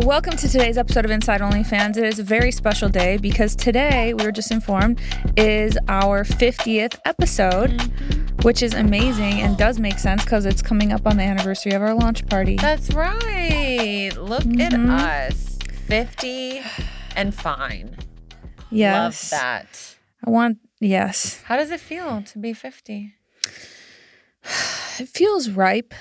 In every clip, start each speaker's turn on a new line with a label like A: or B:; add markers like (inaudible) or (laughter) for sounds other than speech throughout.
A: Welcome to today's episode of Inside Only Fans. It is a very special day because today, we were just informed, is our 50th episode,
B: Mm-hmm.
A: which is amazing and does make sense because it's coming up on the anniversary of our launch party.
B: That's right. Look
A: Mhm.
B: at us. 50 and fine.
A: yes.
B: Love that.
A: I want, yes.
B: How does it feel to be 50?
A: It feels ripe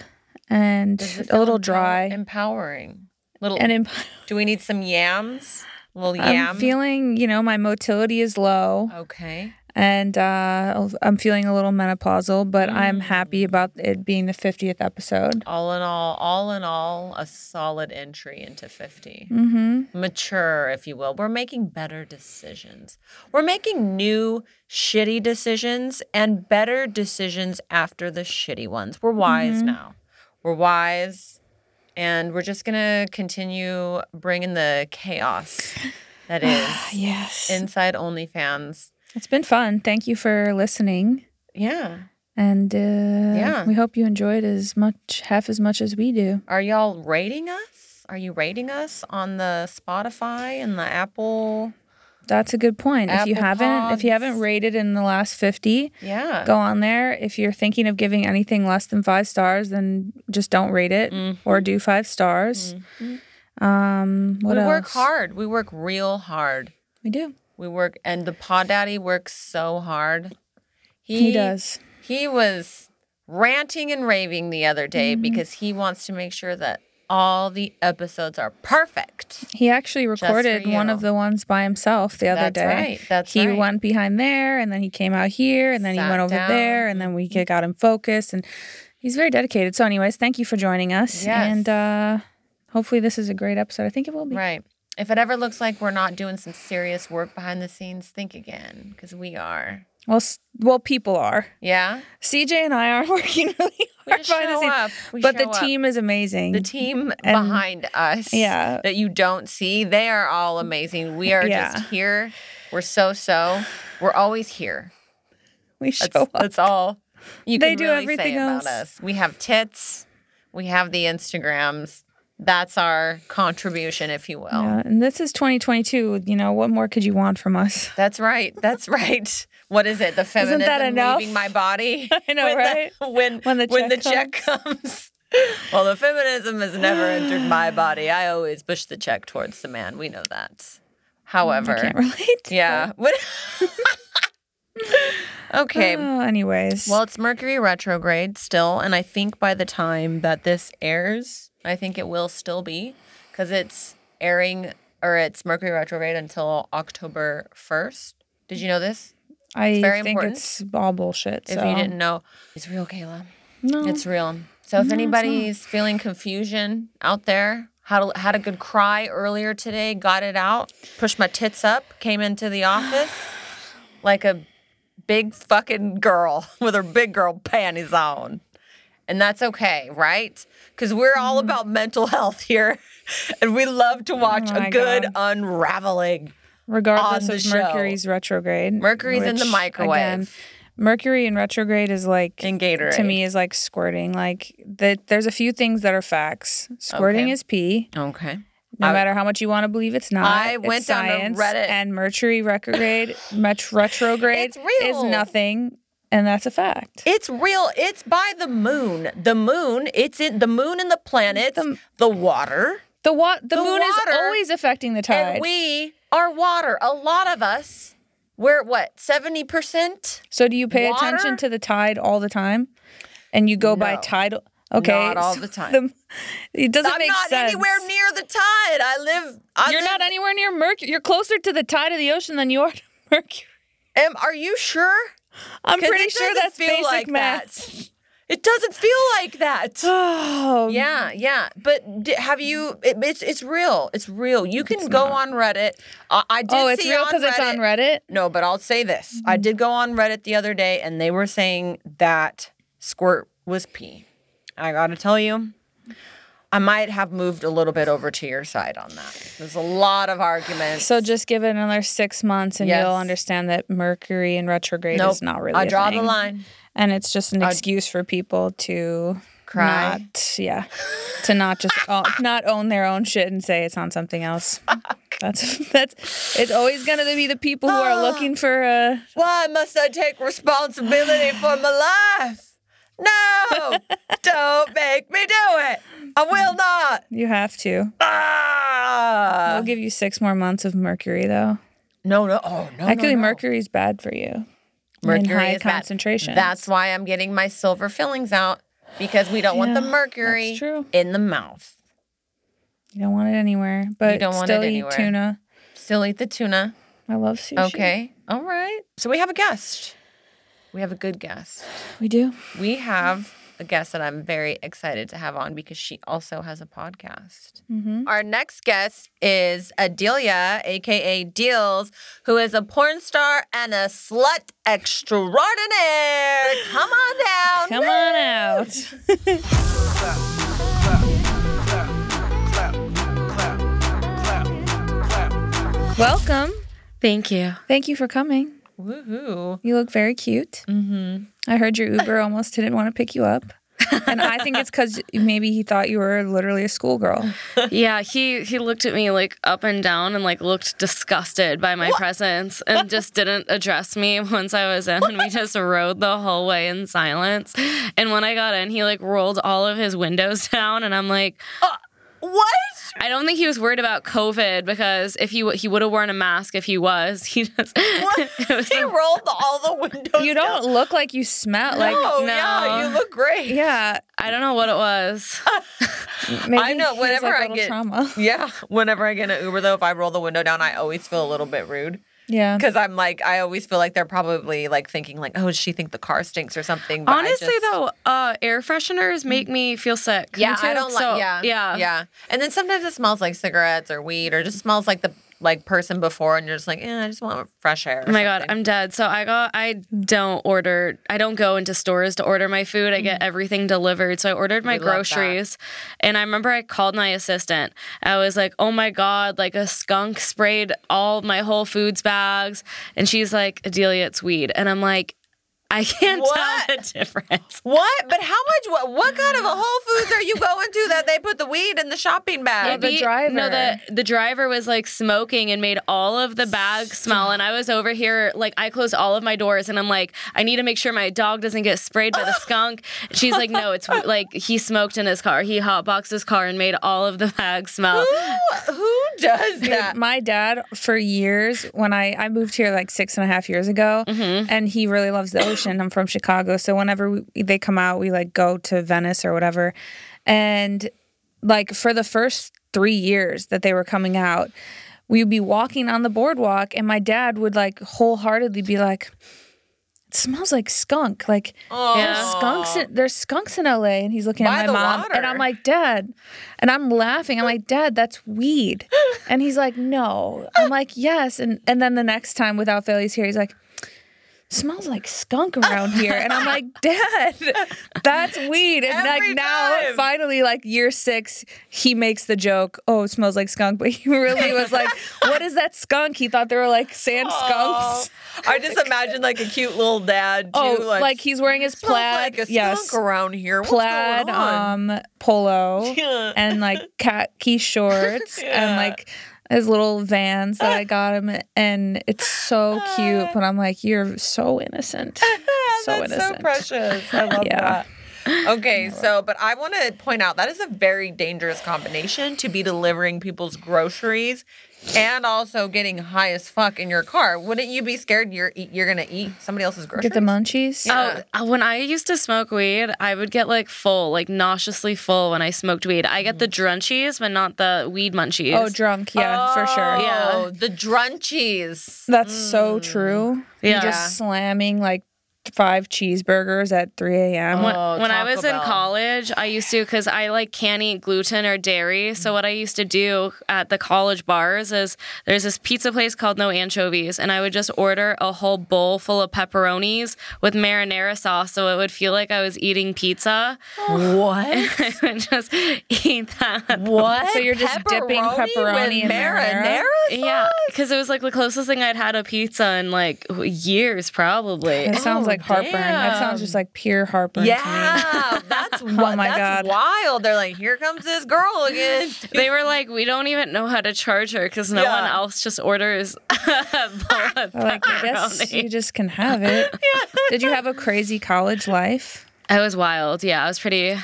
A: and
B: Does it
A: a
B: feel
A: little
B: empower-
A: dry.
B: Empowering. Little
A: and imp-
B: Do we need some yams? Little
A: (laughs)
B: yam.
A: I'm feeling, you know, my motility is low.
B: okay.
A: and uh, I'm feeling a little menopausal, but I'm
B: Mm.
A: happy about it being the 50th episode.
B: All in all, all in all, a solid entry into 50.
A: Mm-hmm.
B: mature, if you will. We're making better decisions. We're making new shitty decisions and better decisions after the shitty ones. We're wise
A: Mm-hmm.
B: now. We're wise and we're just going to continue bringing the chaos
A: (sighs)
B: that is
A: Yes,
B: inside OnlyFans.
A: it's been fun. Thank you for listening,
B: Yeah.
A: and uh,
B: Yeah.
A: we hope you enjoyed as much, half as much as we do.
B: Are y'all rating us? Are you rating us on the Spotify and the Apple?
A: That's a good point. if you
B: Apple
A: haven't, if you haven't
B: Pods.
A: rated in the last 50,
B: Yeah.
A: go on there. If you're thinking of giving anything less than five stars, then just don't rate it
B: Mm-hmm.
A: or do five stars. Um, what
B: we
A: else?
B: Mm-hmm. work hard. We work real hard.
A: We do.
B: We work, and the Pod Daddy works so hard.
A: He does.
B: He was ranting and raving the other day
A: Mm-hmm.
B: because he wants to make sure that all the episodes are perfect.
A: He actually
B: for
A: recorded one
B: you.
A: of the ones by himself the other
B: That's
A: day.
B: right, that's
A: he
B: right.
A: went behind there, and then he came out here, and then he
B: Sat
A: went over
B: down, Mm-hmm.
A: there, and then we get- got him focused. And he's very dedicated. So, anyways, thank you for joining us.
B: Yes.
A: And uh, hopefully, this is a great episode. I think it will be.
B: Right. If it ever looks like we're not doing some serious work behind the scenes, think again because we are.
A: Well, s- well, people are.
B: Yeah.
A: CJ and I are (laughs) working really
B: We
A: hard
B: just
A: behind the
B: show
A: scenes,
B: up. We
A: but the
B: show up.
A: team is amazing.
B: The team
A: And-
B: behind us,
A: Yeah.
B: that you don't see, they are all amazing. We are
A: Yeah.
B: just here. We're so so. We're always here.
A: (laughs) we show
B: That's,
A: up.
B: that's all. You
A: They
B: can
A: do
B: really
A: everything
B: say
A: else.
B: about us. We have tits. We have the Instagrams. That's our contribution, if you will.
A: Yeah, and this is 2022. You know, what more could you want from us?
B: That's right. That's (laughs) right. What is it? The feminism
A: that enough?
B: leaving my body.
A: (laughs) I know,
B: when
A: right?
B: The, (laughs) when
A: When
B: when
A: the
B: the when
A: check
B: the check (laughs) comes. Well, the feminism has never entered my body. I always push the check towards the man. We know
A: Mm,
B: that. However,
A: I can't relate.
B: yeah. (laughs) What- okay.
A: Oh, (laughs) anyways.
B: Well, it's Mercury retrograde still, and I think by the time that this airs, I think it will still be because it's airing or it's Mercury retrograde until October 1st. Did you know this?
A: I
B: very
A: think
B: important.
A: it's all bullshit.
B: If
A: so.
B: you didn't know, it's real, Kayla.
A: no,
B: It's real. So if anybody's feeling confusion out there, had a, had a good cry earlier today, got it out, pushed my tits up, came into the office like a big fucking girl (laughs) with her big girl panties on. And that's okay, right? Because we're all about mental health here. (laughs) And we love to watch
A: my
B: a good
A: God.
B: unraveling.
A: regardless
B: on the
A: of
B: show.
A: Mercury's retrograde.
B: Mercury's in the
A: which,
B: microwave.
A: Mercury in retrograde is like
B: In Gatorade.
A: to me is like squirting. Like that, there's a few things that are facts. Squirting
B: Okay.
A: is pee,
B: Okay.
A: no
B: I-
A: matter how much you want to believe it's not.
B: I
A: It's
B: went down to
A: science,
B: Reddit.
A: and Mercury retrograde,
B: (laughs)
A: much retrograde
B: It's real.
A: is nothing, and that's a fact.
B: It's real. It's by the moon. The moon. It's in the moon and the planets, the, water.
A: the wa- the,
B: The
A: moon is
B: water-
A: always affecting the tide.
B: And we are water. A lot of us. We're at what, 70%?
A: So do you pay
B: Water?
A: attention to the tide all the time? And you go by
B: No.
A: tidal? Okay.
B: Not all
A: so
B: the time.
A: (laughs) it doesn't
B: I'm
A: make
B: not
A: sense.
B: anywhere near the tide. I live. I
A: You're
B: live-
A: not anywhere near Mercury. You're closer to the tide of the ocean than you are (laughs) to Mercury.
B: Am, are you sure?
A: I'm
B: 'Cause
A: pretty
B: it
A: sure
B: doesn't
A: that's
B: feel
A: basic
B: like
A: math.
B: That. It doesn't feel like
A: (sighs)
B: that.
A: Oh,
B: Yeah, yeah, but d- have you? It, it's it's real. It's real. You can go on Reddit. I, I did
A: Oh, it's
B: see
A: real
B: because
A: it's on Reddit.
B: No, but I'll say this. I did go on Reddit the other day and they were saying that squirt was pee. I gotta tell you, I might have moved a little bit over to your side on that. There's a lot of arguments.
A: So just give it another six months, and
B: Yes.
A: you'll understand that Mercury in retrograde
B: Nope.
A: is not really.
B: I
A: a
B: draw the
A: thing.
B: line.
A: and it's just an excuse for people to
B: Cry.
A: Not, yeah. to not
B: (laughs)
A: just own, not own their own shit and say it's on something else. That's (laughs) that's it's always going to be the people who
B: Ah.
A: are looking for uh
B: Why must I take responsibility for my life? (laughs) No! Don't make me do it! I will not!
A: you have to.
B: Ah!
A: I'll give you 6 more months of mercury though.
B: No, no, oh, no. no,
A: Actually
B: no.
A: mercury's bad for you.
B: Mercury
A: in high
B: is bad.
A: concentration.
B: That's why I'm getting my silver fillings out because we don't want the
A: Yeah,
B: mercury
A: that's true.
B: in the mouth.
A: You don't want it anywhere, but
B: don't want it
A: still
B: anywhere.
A: eat tuna.
B: Still eat the tuna.
A: I love sushi.
B: Okay. All right. So we have a guest. We have a good guest.
A: We do.
B: We have a guest that I'm very excited to have on because she also has a podcast.
A: Mhm.
B: Our next guest is Adelia, aka Deals, who is a porn star and a slut extraordinaire. Come on down.
A: Come on out. Welcome.
C: Thank
B: (laughs)
C: you.
A: Thank you for coming.
B: Woohoo.
A: You look very cute.
B: Mm-hmm.
A: I heard your Uber almost didn't want to pick you up. And I think it's because maybe he thought you were literally a schoolgirl.
C: Yeah, he he looked at me like up and down and like looked disgusted by my presence
B: (laughs)
C: and just didn't address me (laughs) once I was in and we just rode the whole way in silence. And when I got in, he like rolled all of his windows (laughs) down and I'm like,
B: What?
C: I don't think he was worried about COVID because if he w- he would have worn a mask if he was. (laughs) He just
B: What?
C: it
B: (laughs)
C: was
B: He rolled all the windows.
A: You don't look like you smell like.
B: Oh
C: no.
B: yeah, you look great.
A: Yeah.
C: I don't know what it was.
B: Uh,
A: Maybe
B: I know,
A: he's,
B: whenever
A: like,
B: I
A: little
B: get-
A: trauma. (laughs)
B: Yeah. Whenever I get an Uber though, if I roll the window down, I always feel a little bit rude
A: Yeah.
B: because I'm like, I always feel like they're probably like thinking like, oh, does she think the car stinks or something? But I
C: Honestly
B: just-
C: though, uh, air fresheners make me feel sick.
B: yeah,
C: Me too.
B: I don't like.
C: So,
B: yeah,
C: yeah,
B: yeah. And then sometimes it smells like cigarettes or weed or just smells like the like person before, and you're just like, eh, I just want fresh air. or
C: Oh my god,
B: something."
C: I'm dead. So I got I don't order I don't go into stores to order my food. I get everything delivered. So I ordered my
B: Mm-hmm. We love that.
C: groceries and I remember I called my assistant. I was like, "Oh my god, like a skunk sprayed all my Whole Foods bags." And she's like, "Adelia, it's weed." And I'm like, "I can't
B: What?
C: tell the difference."
B: What? But how much? What, what kind of a Whole Foods are you going to that they put the weed in the shopping bag?
A: the driver.
C: No, the the driver was like smoking and made all of the bags smell. And I was over here, like I closed all of my doors, and I'm like, I need to make sure my dog doesn't get
A: (laughs)
C: sprayed by the skunk. She's like, No, it's like he smoked in his car. He hotboxed his car and made all of the bags
A: (laughs)
C: smell.
B: who, who does
A: Dude,
B: that?
A: my dad for years when I, I moved here like six and a half years ago
B: Mm-hmm.
A: and he really loves the ocean i'm from chicago so whenever we, they come out we like go to venice or whatever and like for the first three years that they were coming out we would be walking on the boardwalk and my dad would like wholeheartedly be like it smells like skunk like there's
C: Yeah.
A: skunks in, there's skunks in la and he's looking
B: By
A: at
B: the
A: my mom and i'm
B: water.
A: like dad and i'm laughing i'm like dad that's
B: (laughs)
A: weed and he's like no i'm like yes and and then the next time without fail he's here he's like smells like skunk
B: (laughs)
A: around here and i'm like dad that's weed and
B: Every
A: like now
B: time.
A: finally like year six he makes the joke oh it smells like skunk but he really was
B: (laughs)
A: like what is that skunk he thought they were like sand
B: Oh,
A: skunks
B: I just imagine like a cute little dad. Too,
A: oh
B: like,
A: like, he's wearing his
B: smells
A: plaid
B: like a skunk
A: yes
B: around here. What's
A: plaid
B: going on?
A: um polo
B: (laughs) Yeah. (laughs)
A: and like khaki shorts
B: Yeah.
A: and like his little vans that
B: (laughs)
A: I got him and it's so cute but I'm like you're so innocent
B: Uh,
A: so
B: That's
A: innocent
B: so precious. I love
A: (laughs) Yeah.
B: that. Okay, so but I want to point out that is a very dangerous combination to be delivering people's groceries and also getting high as fuck in your car. Wouldn't you be scared you're eat, you're gonna eat somebody else's groceries?
A: get the munchies
C: Oh, uh, when I used to smoke weed, I would get like full, like nauseously full when I smoked weed. I get the drunchies, but not the weed munchies.
A: Mm. oh drunk yeah for sure
C: yeah.
B: Oh, Mm. the drunchies.
A: that's so true
C: Yeah.
A: you're just slamming like five cheeseburgers at 3 a.m.
C: When,
B: Oh,
C: when I
B: Taco
C: was in
B: Bell.
C: college, I used to because I like can't eat gluten or dairy. So what I used to do at the college bars is there's this pizza place called No Anchovies, and I would just order a whole bowl full of pepperonis with marinara sauce, so it would feel like I was eating pizza.
B: (laughs)
C: (laughs)
B: What?
C: I would just eat that.
B: What?
A: So you're just dipping pepperoni
B: with
A: in
B: marinara?
A: marinara?
C: Yeah, because it was like the closest thing I'd had a pizza in like years, probably.
A: It sounds like heartburn. That
B: Oh, damn.
A: sounds just like pure heartburn to me.
B: Yeah,
A: (laughs)
B: that's That's wi-
A: Oh my
B: that's
A: God.
B: wild. They're like, here comes this girl again.
A: (laughs)
C: They were like, we don't even know how to charge her because no
B: Yeah.
C: one else just orders. (laughs) blood (laughs)
A: They're like, I guess
C: pepperoni."
A: you just can have
C: (laughs)
A: it. Did you have a crazy college life?
C: I was wild. Yeah, I was pretty. I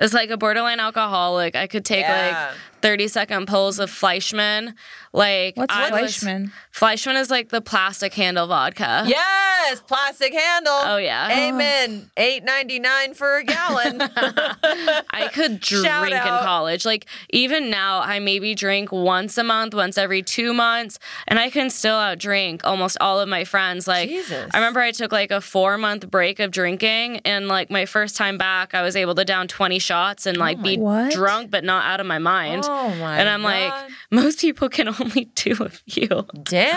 C: was like a borderline alcoholic. I could take
B: Yeah.
C: like 30 second pulls of Fleischmann. Like
A: What's
C: I was-
A: Fleischmann?
C: Fleischmann is like the plastic handle vodka.
B: Yes, plastic handle.
C: Oh, yeah.
B: Amen. Eight ninety nine for a
A: (laughs)
B: gallon. Oh (laughs)
C: I could drink
B: Shout
C: in
B: out.
C: college. Like even now, I maybe drink once a month, once every two months, and I can still out drink almost all of my friends. Like
B: Jesus.
C: I remember I took like a four month break of drinking, and like my first time back, I was able to down twenty shots and like be
A: What?
C: drunk but not out of my mind.
B: Oh, my
C: And I'm
B: God.
C: like, most people can (laughs) only do a few.
B: Damn.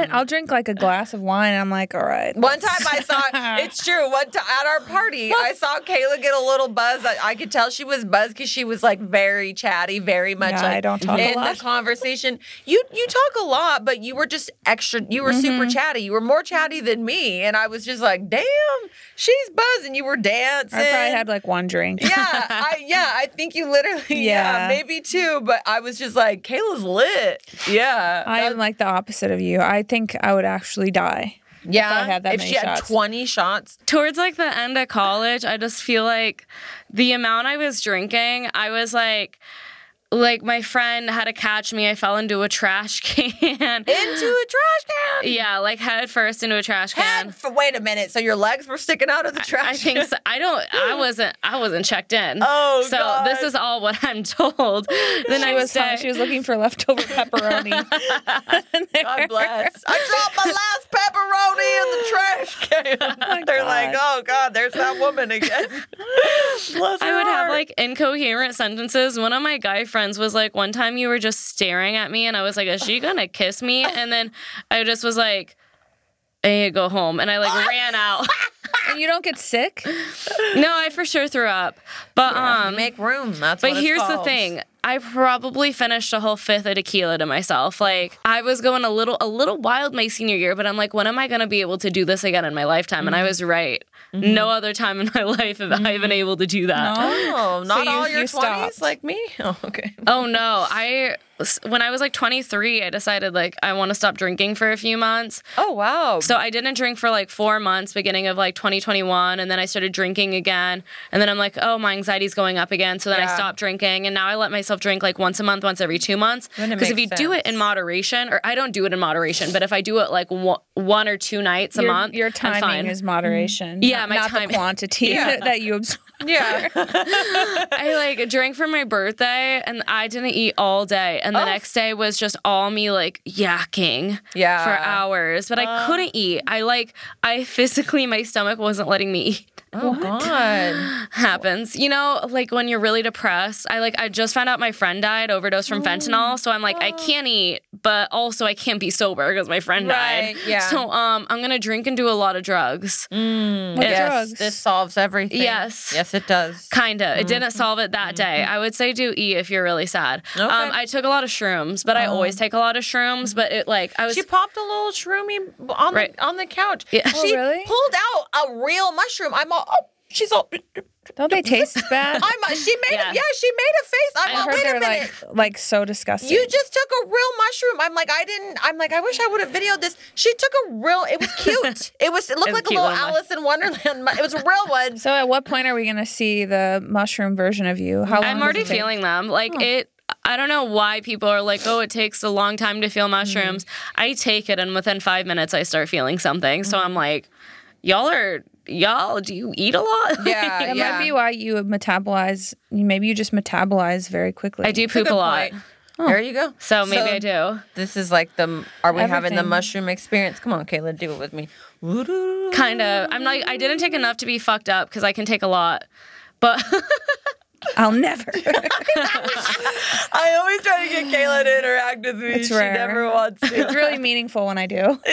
A: what? I'll drink like a glass of wine. And I'm like, all right.
B: One time I
A: (laughs)
B: saw, it's true. One time at our party, I saw Kayla get a little buzz. I, I could tell she was buzzed because she was like very chatty, very much
A: Yeah,
B: like
A: I don't talk a
B: in
A: lot.
B: the conversation. You you talk a lot, but you were just extra. You were
A: Mm-hmm.
B: super chatty. You were more chatty than me, and I was just like, damn, she's buzzing. You were dancing.
A: I probably had like one drink.
B: yeah,
A: (laughs)
B: I, yeah, I think you literally, yeah.
A: Yeah.
B: maybe two, but I was just like, Kayla's lit. Yeah.
A: I am like the opposite of you. I think I would actually die.
B: yeah.
A: I had that
B: if
A: many
B: she had
A: shots.
B: 20 shots.
C: towards like the end of college, I just feel like the amount I was drinking, I was like, like my friend had to catch me. I fell into a trash (laughs) can.
B: Into a trash can.
C: yeah, like head first into a trash
B: Head
C: can.
B: f- wait a minute. So your legs were sticking out of the trash.
C: I think so. I don't. I wasn't. I wasn't checked in.
B: Oh,
C: so
B: God.
C: this is all what I'm (laughs) told. The
A: She
C: next
A: was,
C: day,
A: hung- she was looking for
B: (laughs)
A: leftover pepperoni. (laughs)
B: God bless. I dropped my last pepperoni in the trash can. (laughs) They're like,
A: God.
B: oh God, there's that woman again. bless
C: I
B: her
C: would have
B: heart.
C: like incoherent sentences. One of my guy friends was like, one time you were just staring at me, and I was like, is she gonna kiss
B: (laughs)
C: me? And then I just was like, I need to go home. And
B: (laughs)
C: I like ran out.
A: and you don't get sick?
C: No, I for sure threw up. But um
B: make room. That's
C: but
B: what it's
C: here's the
B: called.
C: thing. I probably finished a whole fifth of tequila to myself. Like I was going a little a little wild my senior year, but I'm like, when am I gonna be able to do this again in my lifetime? And I
B: Mm-hmm.
C: was right. No other time in my (laughs) life have I been able to do that.
B: Oh, not
A: you-
B: all your
A: you
B: 20s
A: stopped.
B: like me? (laughs) Oh, okay.
C: Oh no, I when I was like 23, I decided like I want to stop drinking for a few months.
B: Oh, wow.
C: (laughs) So I didn't drink for like 4 months beginning of like 2021 and then I started drinking again and then I'm like, "Oh, my anxiety's going up again." So then
B: Yeah.
C: I stopped drinking and now I let myself drink like once a month, once every 2 months
B: Then it
C: because if you
B: makes
C: do it
B: sense.
C: in moderation or I don't do it in moderation, but if I do it like one, one or two nights a
A: your,
C: month,
A: your
C: I'm
A: timing
C: fine.
A: is moderation.
C: Yeah,
A: not,
C: my
A: not
C: timing-
A: the quantity
B: (laughs) Yeah.
A: (laughs) that you absorb.
B: yeah.
C: I like drank for my birthday and I didn't eat all day. And the
B: Oh.
C: next day was just all me like yakking
B: Yeah. Uh.
C: for hours. But I couldn't eat. I like, I physically, my stomach wasn't letting me (laughs) eat.
B: oh, God.
C: Happens. You know, like when you're really depressed, I like, I just found out my friend died, overdose from fentanyl. So I'm like,
B: Oh.
C: I can't eat, but also I can't be sober because my friend
B: Right,
C: died.
B: yeah.
C: So um, I'm going to drink and do a lot of drugs.
B: Mm,
A: What
B: yes,
A: drugs?
B: this solves everything.
C: Yes.
B: Yes, it does.
C: Kinda. It didn't
B: Mm-hmm.
C: solve it that day. I would say do E if you're really sad.
B: Okay. Oh.
C: Um, I took a lot of shrooms, but I always take a lot of shrooms. But it like I was
B: She popped a little shroomy on
C: Right.
B: the on the couch.
C: Yeah.
A: Oh,
B: She
A: really?
B: pulled out a real mushroom. I'm all. Oh, she's all.
A: Don't they
B: (laughs)
A: taste bad?
B: I'm. a- She made.
C: Yeah.
B: A, yeah, she made a face. I'm.
A: I
B: all,
A: heard
B: wait a
A: they're
B: minute.
A: like like so disgusting.
B: you just took a real mushroom. I'm like, I didn't. I'm like, I wish I would have videoed this. She took a real. It
C: (laughs)
B: was cute. It was. It looked
C: It was
B: like a
C: cute
B: little
C: little
B: Alice in Wonderland. mu- It was a real one.
C: (laughs)
A: so at what point are we gonna see the mushroom version of you? How long
C: I'm
A: does
C: already
A: it take?
C: feeling them. Like it. I don't know why people are like, oh, it takes a long time to
B: Mm-hmm.
C: feel mushrooms. I take it, and within five minutes, I start feeling something. So
B: Mm-hmm.
C: I'm like, y'all are y'all. Do you eat a lot?
B: Yeah,
C: Like,
A: That
B: yeah.
A: might be why you would metabolize. Maybe you just metabolize very quickly.
C: (laughs) I do poop a,
B: Good
C: lot.
B: point. There you go.
C: Oh. So maybe I do.
B: This is like the. Are we having the
A: Everything.
B: mushroom experience? Come on, Kayla, do it with me.
C: Kind of. I'm like, I didn't take enough to be fucked up because I can take a lot. But (laughs)
A: I'll (laughs) never.
B: I always try to get Kayla to interact with me.
A: It's
B: she
A: rare.
B: never wants to. (laughs)
A: it's really meaningful when I do.
B: Yeah, it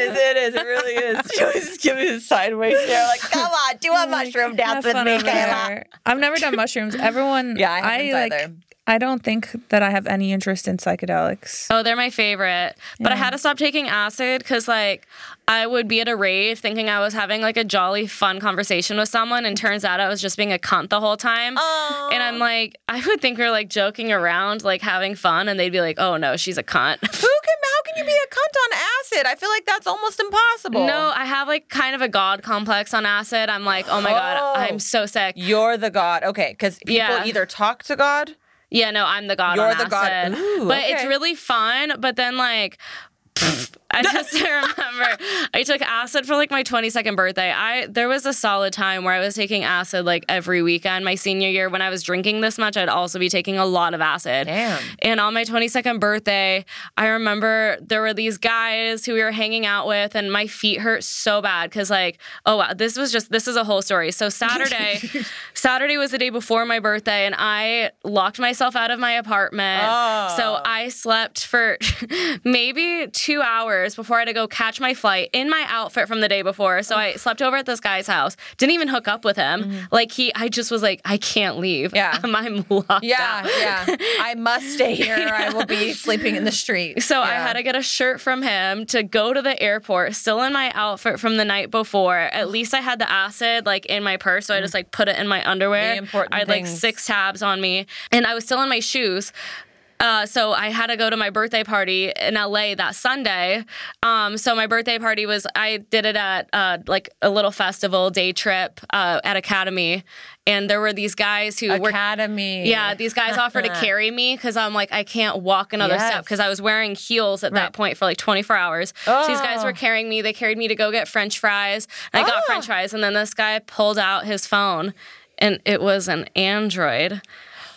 B: is. It is. It really is. She always just gives me a sideways stare, (laughs) like, "Come on, do a mushroom
A: Have
B: dance with
A: fun
B: me,
A: over
B: Kayla."
A: there. I've never done mushrooms. Everyone,
B: (laughs) Yeah, I haven't
A: like
B: either.
A: I don't think that I have any interest in psychedelics.
C: Oh, they're my favorite. But I had to stop taking acid because, like, I would be at a rave thinking I was having like a jolly, fun conversation with someone, and turns out I was just being a cunt the whole time.
B: Oh.
C: And I'm like, (laughs) I would think we are like joking around, like having fun, and they'd be like, "Oh no, she's a cunt." (laughs)
B: Who can? How can you be a cunt on acid? I feel like that's almost impossible.
C: no, I have like kind of a god complex on acid. I'm like, "Oh my
B: Oh.
C: god, I'm so sick."
B: you're the god. Okay, because people
C: Yeah.
B: either talk to God.
C: Yeah, no, I'm the god.
B: You're
C: on
B: the god.
C: acid.
B: Ooh,
C: but it's
B: okay.
C: really fun. But then like. pfft,
B: (laughs)
C: I just (laughs) remember I took acid for like my 22nd birthday. I there was a solid time where I was taking acid like every weekend. My senior year when I was drinking this much, I'd also be taking a lot of acid.
B: Damn.
C: And on my 22nd birthday, I remember there were these guys who we were hanging out with, and my feet hurt so bad because, like, oh, wow, this was just, this is a whole story.
B: (laughs)
C: So, Saturday, Saturday was the day before my birthday, and I locked myself out of my apartment.
B: Oh.
C: So, I slept for (laughs) maybe two hours before I had to go catch my flight in my outfit from the day before. So, I slept over at this guy's house, didn't even hook up with him. Like, he, I just was like, I can't leave.
B: Mm-hmm. Yeah.
C: (laughs) I'm locked
B: Yeah,
C: out.
B: yeah. I must (laughs) stay here. or I will be sleeping in the street.
C: So I
B: Yeah.
C: had to get a shirt from him to go to the airport, still in my outfit from the night before. At least I had the acid like in my purse, so I just like put it in my
B: Mm.
C: underwear.
B: The important
C: I had like
B: things.
C: six tabs on me, and I was still in my shoes. Uh, so I had to go to my birthday party in LA that Sunday. Um, so my birthday party was I did it at uh, like a little festival day trip uh, at Academy, and there were these guys who were
B: Academy.
C: yeah,
B: (laughs)
C: these guys offered to carry me because I'm like, I can't walk another
B: Yes.
C: step because I was wearing heels at
B: Right.
C: that point for like 24 hours. So these guys
B: Oh.
C: were carrying me. They carried me to go get French fries. I got French fries, and then this guy pulled out his phone, and it was an Android,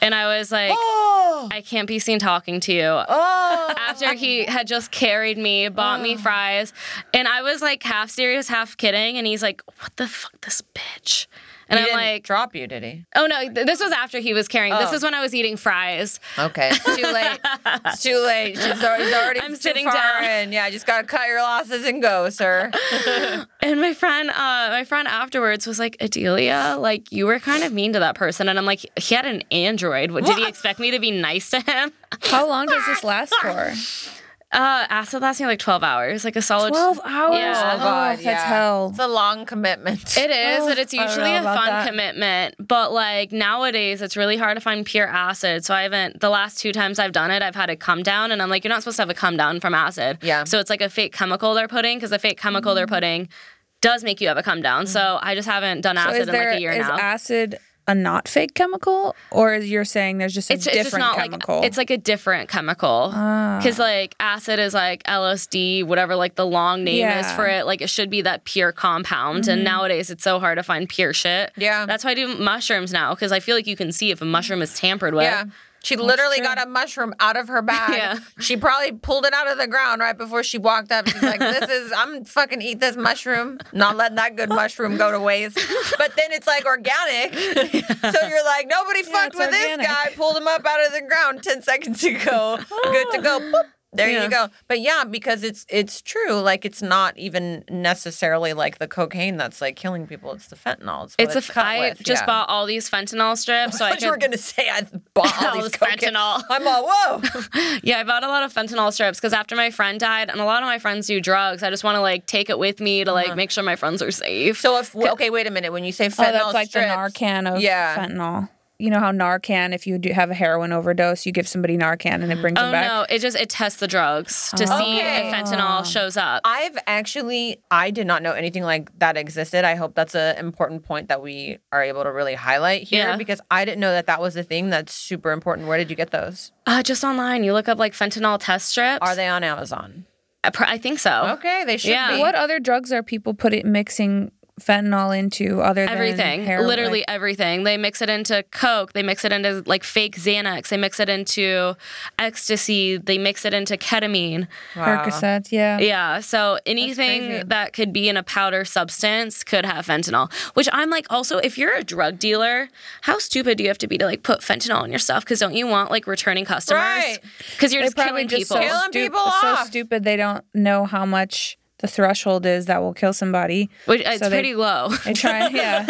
C: and I was like,
B: Oh,
C: I can't be seen talking to you.
B: oh.
C: After he had just carried me, bought me fries, and I was like half serious, half kidding, and he's like, "What the fuck, this bitch." And
B: He
C: I'm
B: didn't
C: like,
B: drop you, did he?
C: Oh no, th- this was after he was carrying. This
B: Oh.
C: is when I was eating fries.
B: Okay, it's too late. it's too late. She's
C: (laughs)
B: already, he's already
C: I'm
B: too
C: sitting
B: far
C: down. Oh,
B: in. Yeah, just gotta cut your losses and go,
C: (laughs)
B: sir.
C: And my friend, uh, my friend afterwards was like, Adelia, like you were kind of mean to that person. And I'm like, he had an android. What, did he expect me to be nice to him?
A: How long does this last for?
C: Uh, acid lasted me like 12 hours, like a solid.
A: Twelve hours.
C: Yeah.
B: Oh, God,
A: that's
B: yeah.
A: hell.
B: It's a long commitment.
C: It is,
A: Oh,
C: but it's
A: I don't
C: usually
A: know
C: a
A: about
C: fun
A: that.
C: commitment. But like nowadays, it's really hard to find pure acid. So I haven't. The last two times I've done it, I've had a come down, and I'm like, you're not supposed to have a come down from acid.
B: Yeah.
C: So it's like a fake chemical they're putting because the fake chemical
A: Mm.
C: they're putting does make you have a come down. So I just haven't done
A: Mm-hmm. So
C: acid
A: is
C: in
A: there
C: like a year
A: is
C: now.
A: acid a not fake chemical, or is you're saying there's just a
C: it's,
A: different
C: it's just not
A: chemical?
C: like it's like a different chemical
B: Ah.
C: because like acid is like LSD, whatever like the long name is
A: Yeah.
C: for it. Like it should be that pure compound, and nowadays it's so hard to find pure shit.
B: Mm-hmm. Yeah.
C: that's why I do mushrooms now because I feel like you can see if a mushroom is tampered with.
B: Yeah. She literally got a mushroom out of her bag.
C: (laughs) Yeah.
B: She probably pulled it out of the ground right before she walked up. She's like, this is, I'm fucking eat this mushroom, not letting that good mushroom go to waste. But then it's like
C: (laughs)
B: organic. So you're like, nobody fucked
A: it's
B: with
A: organic.
B: this guy. Pulled him up out of the ground 10 seconds ago. good to
C: (gasps)
B: go. Boop. There
C: Yeah.
B: you go. But yeah, because it's it's true. Like it's not even necessarily like the cocaine that's like killing people. It's the fentanyl. It's, what
C: It's
B: it's
C: a. f-
B: cut
C: I
B: with.
C: just
B: yeah.
C: bought all these
B: (laughs)
C: fentanyl strips, so I
B: But you were
C: could
B: gonna say (laughs) I bought all
C: All
B: these
C: this
B: cocaine.
C: fentanyl.
B: I'm all whoa.
C: Yeah, I bought a lot of fentanyl strips because after my friend died, and a lot of my friends do drugs, I just want to like take it with me to like make sure my friends are safe.
B: (laughs) Uh-huh. So if okay, wait a minute. When you say
A: oh,
B: fentanyl
A: that's like
B: strips,
A: the Narcan of
B: Yeah.
A: fentanyl. You know how Narcan, if you do have a heroin overdose, you give somebody Narcan and it brings
C: oh
A: them back.
C: no, it just it tests the drugs to see
B: Oh. Okay.
C: if fentanyl shows up.
B: I've actually I did not know anything like that existed. I hope that's an important point that we are able to really highlight here
C: Yeah.
B: because I didn't know that that was a thing. That's super important. Where did you get those?
C: Uh, just online, you look up like fentanyl test strips.
B: Are they on Amazon?
C: I, pr- I think so.
B: Oh. Okay, they should
C: Yeah.
B: be.
A: What other drugs are people putting mixing fentanyl into other
C: Everything,
A: than heroin?
C: literally
A: Like,
C: everything. They mix it into coke. They mix it into like fake Xanax. They mix it into ecstasy. They mix it into ketamine.
A: Percocet,
C: uh,
A: yeah.
C: Yeah. So
B: crazy.
C: anything that could be in a powder substance could have fentanyl, which I'm like, also, if you're a drug dealer, how stupid do you have to be to like put fentanyl in your stuff? Because don't you want like returning customers?
B: Right.
C: Because you're
A: They're
C: just killing people.
A: so,
B: Killing
A: stu-
B: people
A: so
B: off.
A: stupid they don't know how much the threshold is that will kill somebody.
C: Which uh, it's
A: So they-
B: (laughs)
C: pretty low.
A: I try,
C: (laughs)
A: yeah.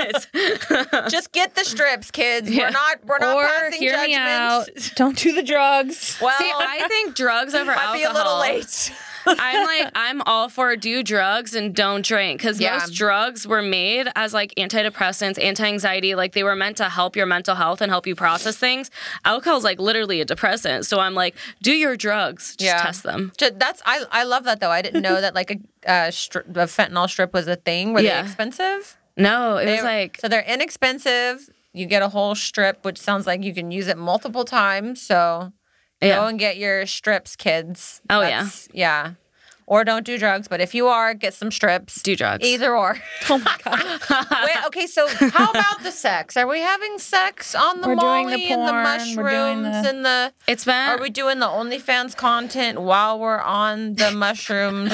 B: Just get the strips, kids.
C: Yeah.
B: We're not we're not
A: or
B: passing
A: hear
B: judgment.
A: me out. Don't do the drugs.
B: Well,
C: See,
B: (laughs)
C: I think drugs over
B: might
C: alcohol.
B: be a little late.
C: (laughs) I'm like, I'm all for do drugs and don't drink because
B: Yeah.
C: most drugs were made as like antidepressants, anti-anxiety, like they were meant to help your mental health and help you process things. Alcohol's like literally a depressant, so I'm like, do your drugs, just
B: Yeah.
C: test them.
B: Ju- That's I I love that though. I didn't know that like a, uh stri- a fentanyl strip was a thing. Were
C: Yeah.
B: they expensive?
C: No, it was
B: They-
C: like
B: so they're inexpensive. You get a whole strip, which sounds like you can use it multiple times. So go
C: yeah.
B: and get your strips, kids.
C: Oh,
B: yeah, yeah. Or don't do drugs, but if you are, get some strips.
C: Do drugs.
B: Either or.
A: Oh my god.
B: Wait, okay, so how about the sex? Are we having sex on the
A: We're
B: molly
A: doing the
B: and the
A: porn,
B: mushrooms
A: we're doing the-
B: and the?
C: It's been
B: Are we doing the OnlyFans content while we're on the mushrooms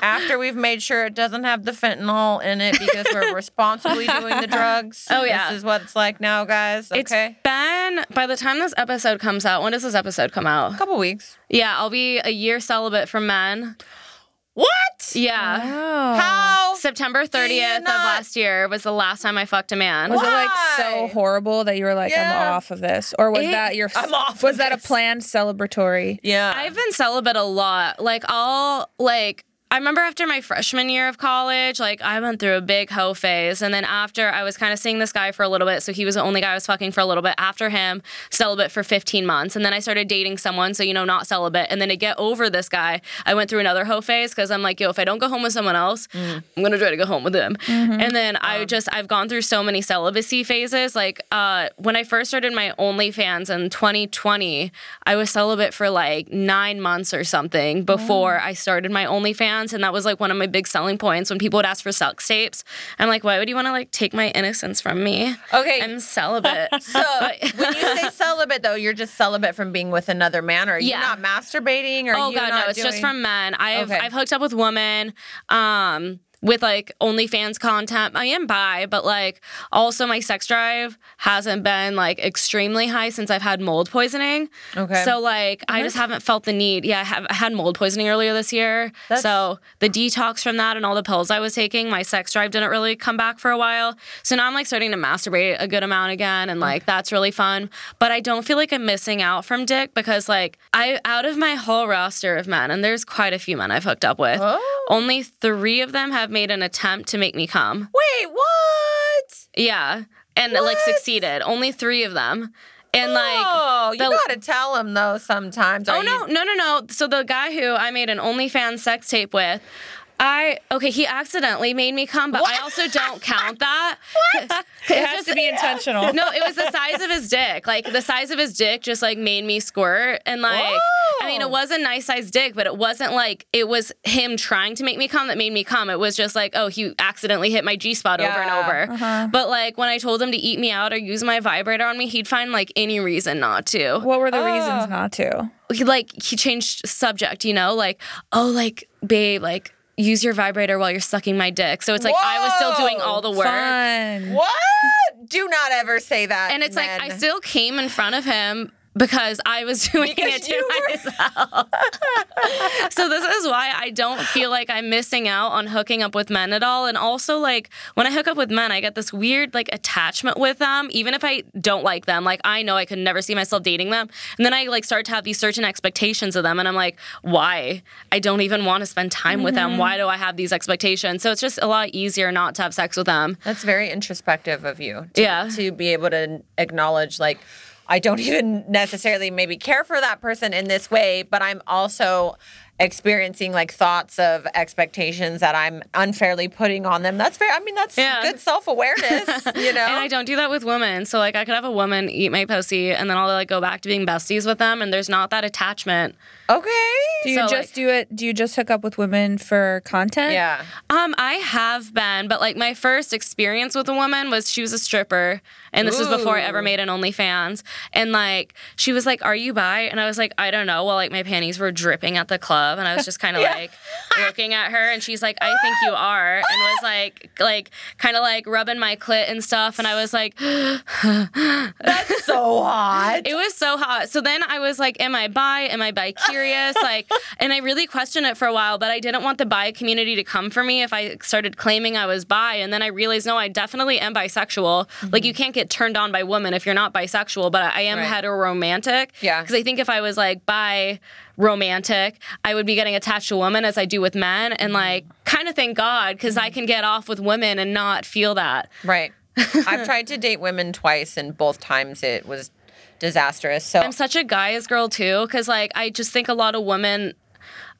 B: after we've made sure it doesn't have the fentanyl in it because
C: (laughs)
B: we're responsibly doing the drugs?
C: Oh, yeah.
B: this is what it's like now, guys. Okay,
C: it's been by the time this episode comes out, when does this episode come out?
B: a couple weeks.
C: Yeah, I'll be a year celibate for men.
B: What?
C: Yeah.
A: Wow.
C: Oh,
B: How?
C: September 30th of
B: not-
C: last year was the last time I fucked a man.
A: Was it
B: Why?
A: like so horrible that you were like,
B: Yeah.
A: I'm off of this? Or was
C: It-
A: that your
B: I'm off
A: was
B: of
A: that
B: this.
A: a planned celebratory?
B: yeah,
C: I've been celibate a lot. Like I'll like I remember after my freshman year of college, like I went through a big hoe phase. And then after I was kind of seeing this guy for a little bit. So he was the only guy I was fucking for a little bit. After him, celibate for 15 months. And then I started dating someone. So, you know, not celibate. And then to get over this guy, I went through another hoe phase because I'm like, yo, if I don't go home with someone else,
B: Mm.
C: I'm going to try to go home with them.
B: Mm-hmm.
C: And then
B: Oh.
C: I just, I've gone through so many celibacy phases. Like uh, when I first started my OnlyFans in 2020, I was celibate for like nine months or something before I started my OnlyFans. And that was like one of my big selling points when people would ask for sex tapes. I'm like, why would you want to like take my innocence from me?
B: Okay.
C: I'm celibate.
B: (laughs)
C: (laughs)
B: So when you say celibate, though, you're just celibate from being with another man, or are
C: Yeah.
B: you not masturbating, or are
C: oh
B: you
C: god,
B: not
C: no, it's just
B: doing-
C: from men. I've
B: Okay.
C: I've hooked up with women. Um with like OnlyFans content. I am bi, but like also my sex drive hasn't been like extremely high since I've had mold poisoning.
B: Okay.
C: So like I just haven't felt the need. Yeah, I, have, I had mold poisoning earlier this year.
B: That's-
C: so the detox from that and all the pills I was taking, my sex drive didn't really come back for a while. So now I'm like starting to masturbate a good amount again and
B: Mm.
C: like that's really fun. But I don't feel like I'm missing out from dick because like I out of my whole roster of men, and there's quite a few men I've hooked up with,
B: Oh.
C: only three of them have made an attempt to make me come.
B: Wait, what?
C: Yeah. And like
B: What?
C: succeeded. Only three of them. And like
B: oh, you
C: the-
B: gotta tell him though. Sometimes.
C: Oh
B: Are
C: no,
B: you-
C: no, no, no. So the guy who I made an OnlyFans sex tape with, I okay, he accidentally made me come, but I also don't
A: (laughs)
C: count that. (laughs)
A: It has
B: (laughs)
A: to be intentional.
C: No, it was the size of his dick. Like the size of his dick just like made me squirt. And like, I mean, it was a nice sized dick, but it wasn't like it was him trying to make me come that made me come. It was just like, oh, he accidentally hit my G spot over
B: Yeah.
C: and over.
A: Uh-huh.
C: But like when I told him to eat me out or use my vibrator on me, he'd find like any reason not to
A: (laughs) What were the
B: Oh.
A: reasons not to?
C: he like he changed subject, you know, like oh like babe, like use your vibrator while you're sucking my dick. So it's like I was still doing all the work.
A: Fun.
B: What? Do not ever say that.
C: And it's like I
B: men.
C: still came in front of him because I was (laughs) doing
B: Because
C: it
B: you were-
C: to myself. (laughs) so this is why I don't feel like I'm missing out on hooking up with men at all. And also like when I hook up with men, I get this weird like attachment with them, even if I don't like them. Like I know I could never see myself dating them. And then I like start to have these certain expectations of them and I'm like, why? I don't even want to spend time with
B: Mm-hmm.
C: them. Why do I have these expectations? So it's just a lot easier not to have sex with them.
B: That's very introspective of you. To,
C: Yeah.
B: To be able to acknowledge, like, I don't (laughs) even necessarily maybe care for that person in this way, but I'm also experiencing like thoughts of expectations that I'm unfairly putting on them. That's very, I mean, that's
C: Yeah.
B: good self
C: (laughs)
B: awareness, you know?
C: And I don't do that with women. So like I could have a woman eat my pussy and then I'll like go back to being besties with them and there's not that attachment.
B: Okay.
A: Do you
C: So,
A: just
C: like-
A: do it? Do you just hook up with women for content?
B: yeah.
C: Um, I have been, but like my first experience with a woman was she was a stripper, and this was before I ever
B: Ooh.
C: made an OnlyFans. And like she was like, "Are you bi?" And I was like, "I don't know." Well, like my panties were dripping at the love, and I was just kind of like looking at her, and she's like, I think you are, and was like, like kind of like rubbing my clit and stuff, and I was like,
B: That's so
C: (laughs)
B: hot.
C: It was so hot. So then I was like, am I bi? Am I bi
B: (laughs)
C: curious? like, and I really questioned it for a while, but I didn't want the bi community to come for me if I started claiming I was bi. And then I realized, no, I definitely am bisexual. Like, you can't get turned on by women if you're not bisexual, but I, I am
B: Mm-hmm. Right.
C: heteroromantic.
B: Yeah.
C: Because I think if I was like bi romantic, I would be getting attached to women as I do with men. And
B: Mm-hmm.
C: like, kind of thank God, because I can get off with women and not feel that.
B: Right.
C: (laughs)
B: I've tried to date women twice, and both times it was disastrous. So (laughs)
C: I'm such a guy's girl too, because like I just think a lot of women.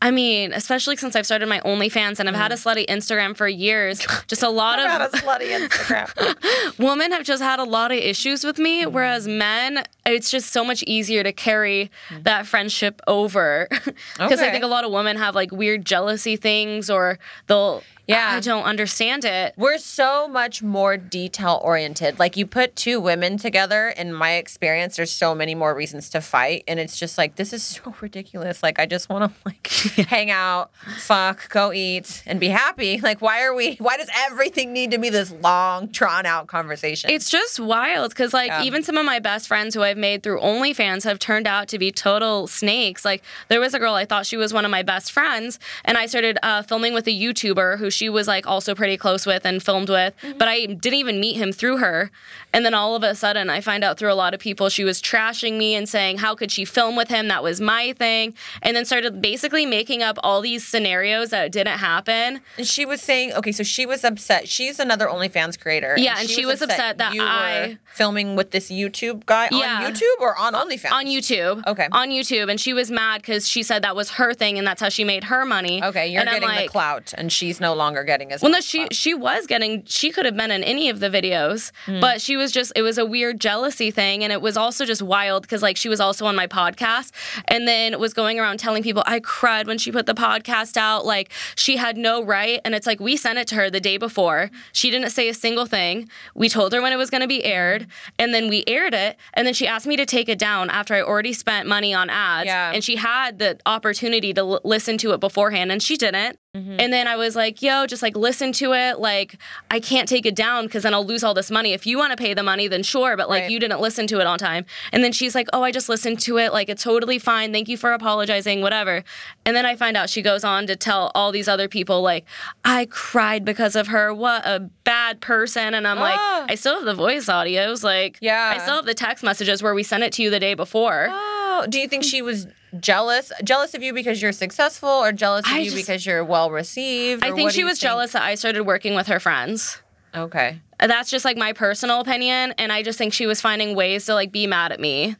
C: I mean, especially since I've started my OnlyFans and I've had a slutty Instagram for
B: (laughs)
C: years, just a lot
B: I'm not
C: of
B: Mm. a slutty Instagram.
C: (laughs) women have just had a lot of issues with me.
B: Mm-hmm.
C: Whereas men, it's just so much easier to carry that friendship over. (laughs) Because I
B: Mm. Okay.
C: think a lot of women have like weird jealousy things or they'll,
B: Yeah.
C: I don't understand it.
B: We're so much more detail oriented. Like you put two women together, in my experience, there's so many more reasons to fight, and it's just like this is so (laughs) ridiculous. Like I just want to like hang out, fuck, go eat, and be happy. (laughs) Like why are we? Why does everything need to be this long, drawn out conversation?
C: It's just wild because, like,
B: Yeah.
C: even some of my best friends who I've made through OnlyFans have turned out to be total snakes. Like, there was a girl I thought she was one of my best friends, and I started uh, filming with a YouTuber who she was like also pretty close with and filmed with, but I didn't even meet him through her. And then all of a sudden, I find out through a lot of people she was trashing me and saying, How could she film with him? That was my thing. And then started basically making up all these scenarios that didn't happen.
B: And she was saying, okay, so she was upset. She's another OnlyFans creator.
C: Yeah, and she was upset that
B: you were
C: I-
B: filming with this YouTube guy
C: Yeah.
B: on YouTube or on OnlyFans.
C: on YouTube.
B: Okay.
C: On YouTube, and she was mad because she said that was her thing, and that's how she made her money.
B: Okay, you're
C: And I'm
B: getting
C: like,
B: the clout, and she's no longer getting as.
C: Well, no,
B: much
C: she
B: clout.
C: she was getting. She could have been in any of the videos, but she was just. It was a weird jealousy thing, and it was also just wild because like she was also on my podcast, and then was going around telling people I cried when she put the podcast out. Like she had no right, and it's like we sent it to her the day before. She didn't say a single thing. We told her when it was going to be aired, and then we aired it, and then she asked me to take it down after I already spent money on ads,
B: Yeah.
C: and she had the opportunity to l- listen to it beforehand, and she didn't.
B: Mm-hmm.
C: And then I was like, yo, just like listen to it. Like, I can't take it down because then I'll lose all this money. If you want to pay the money, then sure, but like
B: Right.
C: you didn't listen to it on time. And then she's like, oh, I just listened to it. Like, it's totally fine. Thank you for apologizing, whatever. And then I find out she goes on to tell all these other people, like, I cried because of her. What a bad person. And I'm like,
B: Ah.
C: I still have the voice audios. Like,
B: Yeah.
C: I still have the text messages where we sent it to you the day before.
B: Oh, do you think she was jealous? Jealous of you because you're successful, or jealous of
C: I
B: you
C: just-
B: because you're well received?
C: I
B: or
C: think
B: what do
C: she
B: you
C: was jealous that I started working with her friends.
B: Okay.
C: that's just like my personal opinion and i just think she was finding ways to like be mad at me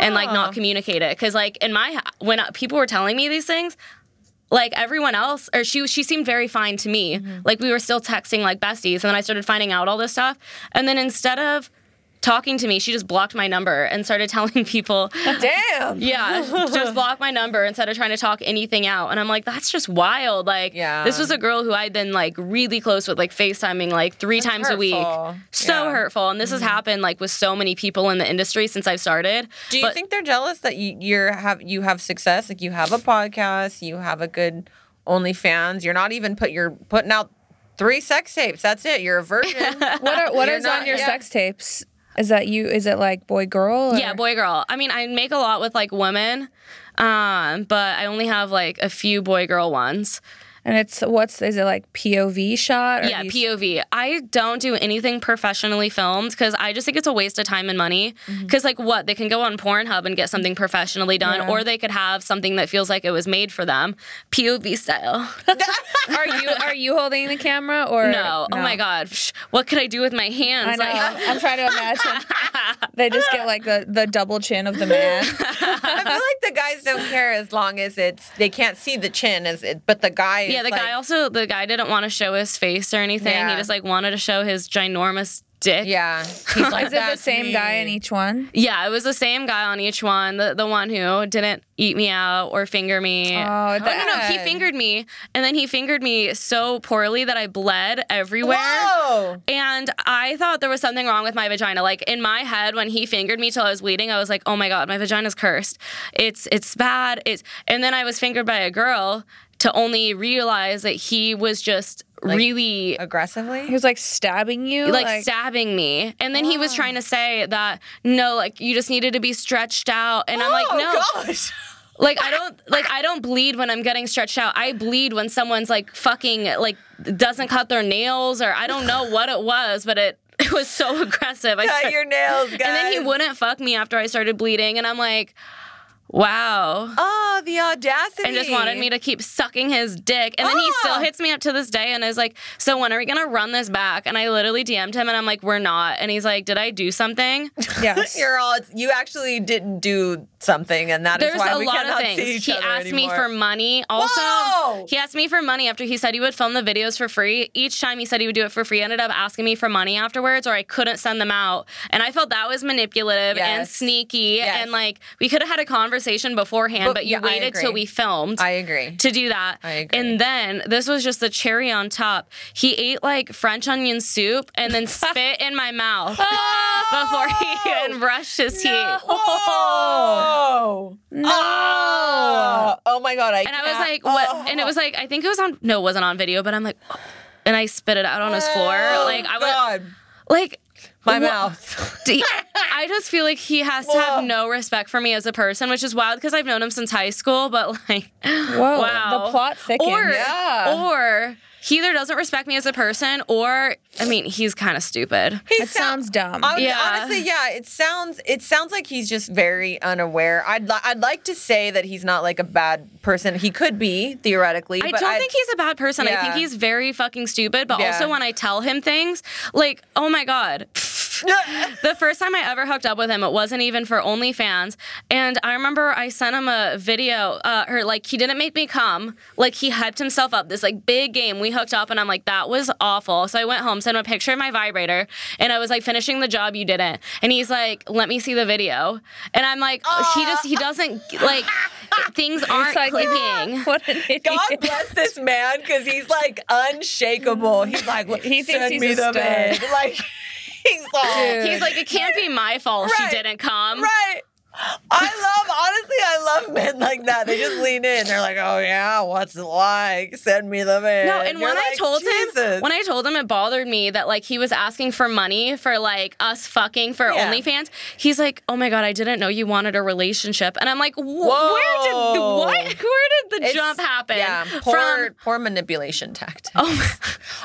C: and like
B: Oh.
C: not communicate it because like in my when I- people were telling me these things like everyone else or she she seemed very fine to me
B: Mm-hmm.
C: like we were still texting like besties and then i started finding out all this stuff and then instead of talking to me she just blocked my number and started (laughs) telling people
B: Damn. (laughs)
C: yeah, just block my number instead of trying to talk anything out. And I'm like, that's just wild. Like,
B: Yeah.
C: this was a girl who I'd been like really close with, like FaceTiming like three times a
B: hurtful.
C: week. So
B: Yeah. Mm-hmm.
C: hurtful. And this has happened like with so many people in the industry since I've started.
B: Do you
C: But
B: think they're jealous that you, you're have you have success? Like you have a podcast, you have a good OnlyFans. You're not even put you're putting out three sex tapes. That's it. You're a
C: (laughs)
B: virgin.
A: What are what
B: You're
A: is
B: not-
A: on your
B: yeah.
A: sex tapes? Is that you? Is it like boy girl? or-
C: Yeah, boy girl. I mean, I make a lot with like women, um, but I only have like a few boy girl ones.
A: And it's what's is it like POV shot? Or
C: yeah,
A: you-
C: POV. I don't do anything professionally filmed because I just think it's a waste of time and money.
A: Mm-hmm.
C: Because, like, what? They can go on Pornhub and get something professionally done,
A: Yeah.
C: or they could have something that feels like it was made for them, POV style. (laughs)
A: Are you are you holding the camera or
C: no. Oh my God. Psh, What could I do with my
A: I
C: hands?
A: know. (laughs)
C: Like,
A: I'm trying to imagine. They just get like the, the double chin of the
C: (laughs)
A: man.
B: I
A: (laughs)
B: feel like the guys don't care as long as it's they can't see the chin as it, but the guy. is
C: (laughs) yeah, the
B: like,
C: guy also, the guy didn't want to show his face or anything.
B: Yeah.
C: He just, like, wanted to show his ginormous dick.
B: Yeah. He's
A: (laughs)
B: like,
A: Is it the
B: "That's
A: same
B: me."
A: guy in each one?
C: Yeah, it was the same guy on each one. The, the one who didn't eat me out or finger me.
A: Oh,
C: no, no, no. He
A: that.
C: fingered me. And then he fingered me so poorly that I bled everywhere.
B: Whoa.
C: And I thought there was something wrong with my vagina. Like in my head, when he fingered me till I was bleeding, I was like, "Oh my god, my vagina's cursed. It's it's bad." It's and then I was fingered by a girl to only realize that he was just really
A: He
B: Aggressively?
A: was like stabbing you.
C: like, stabbing me. And then he was trying to say that no, like you just needed to be stretched out. And I'm like, no,
B: Oh,
C: (laughs)
B: gosh. (laughs)
C: like I don't like I don't bleed when I'm getting stretched out. I bleed when someone's like fucking like doesn't cut their nails or I don't know what it was, but it, (laughs) it was so aggressive. I
B: Cut
C: start-
B: your nails, guys.
C: and then he wouldn't fuck me after I started bleeding, and I'm like, wow.
B: Oh, the audacity.
C: And just wanted me to keep sucking his dick. And then he still
B: Ah.
C: hits me up to this day and is like, So when are we gonna run this back? And I literally DM'd him and I'm like, We're not. And he's like, Did I do something? (laughs)
A: Yes.
B: You're all. You actually didn't do something, and that is
C: There's
B: why
C: a
B: we
C: lot of
B: cannot see
C: things.
B: each
C: He
B: other
C: asked me
B: anymore.
C: for money. Also,
B: Whoa!
C: he asked me for money after he said he would film the videos for free. Each time he said he would do it for free, ended up asking me for money afterwards, or I couldn't send them out. And I felt that was manipulative and
B: Yes.
C: sneaky.
B: Yes.
C: And like we could have had a conversation beforehand,
B: But-
C: but, you
B: yeah, I
C: waited till
B: agree.
C: we filmed.
B: I agree.
C: to do that.
B: I agree.
C: And then this was just the cherry on top. He ate like French onion soup and
B: (laughs)
C: then spit in my mouth (laughs) before he even brushed his teeth. (laughs)
B: Oh no! Oh, my god! I Oh,
C: And I was like, what? And it was like, I think it was on, no, it wasn't on video, but I'm like, and I spit it out on his floor. Like, I
B: Oh,
C: was,
B: God,
C: like,
B: my
C: wha-
B: mouth.
C: d- I just feel like he has to have
B: Whoa.
C: no respect for me as a person, which is wild because I've known him since high school, but like,
B: Oh,
A: Whoa.
C: wow.
A: The plot thickens.
C: Or,
B: Yeah.
C: or he either doesn't respect me as a person or, I mean, he's kind of stupid.
B: He
A: That sounds dumb.
B: I would-
C: Yeah.
B: Honestly, yeah, it sounds it sounds like he's just very unaware. I'd li- I'd like to say that he's not like a bad person. He could be theoretically.
C: I
B: but
C: don't think he's a bad person. I think
B: Yeah.
C: he's very fucking stupid, but
B: Yeah.
C: also when I tell him things, like, oh my God. (laughs) the first time I ever hooked up with him, it wasn't even for OnlyFans. And I remember I sent him a video, uh, or like he didn't make me come. Like he hyped himself up, this like big game. We hooked up, and I'm like, that was awful. So I went home, sent him a picture of my vibrator, and I was like, finishing the job you didn't. And he's like, let me see the video. And I'm like, he just, he doesn't, like, things aren't
A: it's like (laughs)
C: clicking.
A: What an idiot.
B: God bless this man because he's like
C: Mm.
B: unshakable. He's like,
A: He thinks
B: send
A: he's
B: me
A: a
B: the
A: stud."
B: man. (laughs) Like, he's like,
A: Dude.
C: He's like, it can't be my fault
B: Right.
C: she didn't come.
B: right. I love, honestly, I love men like that. They just lean in. They're like, oh yeah, what's it like? Send me the man.
C: No, and
B: You're
C: when I
B: like,
C: told
B: Jesus.
C: him, when I told him, it bothered me that like he was asking for money for like us fucking for
B: Yeah.
C: OnlyFans. He's like, "Oh my god, I didn't know you wanted a relationship," and I'm like, "Wh- "Where did the,
B: Whoa.
C: what? (laughs) Where did the
B: It's-
C: jump happen?"
B: Yeah, poor,
C: (laughs)
B: poor manipulation tactic.
C: oh,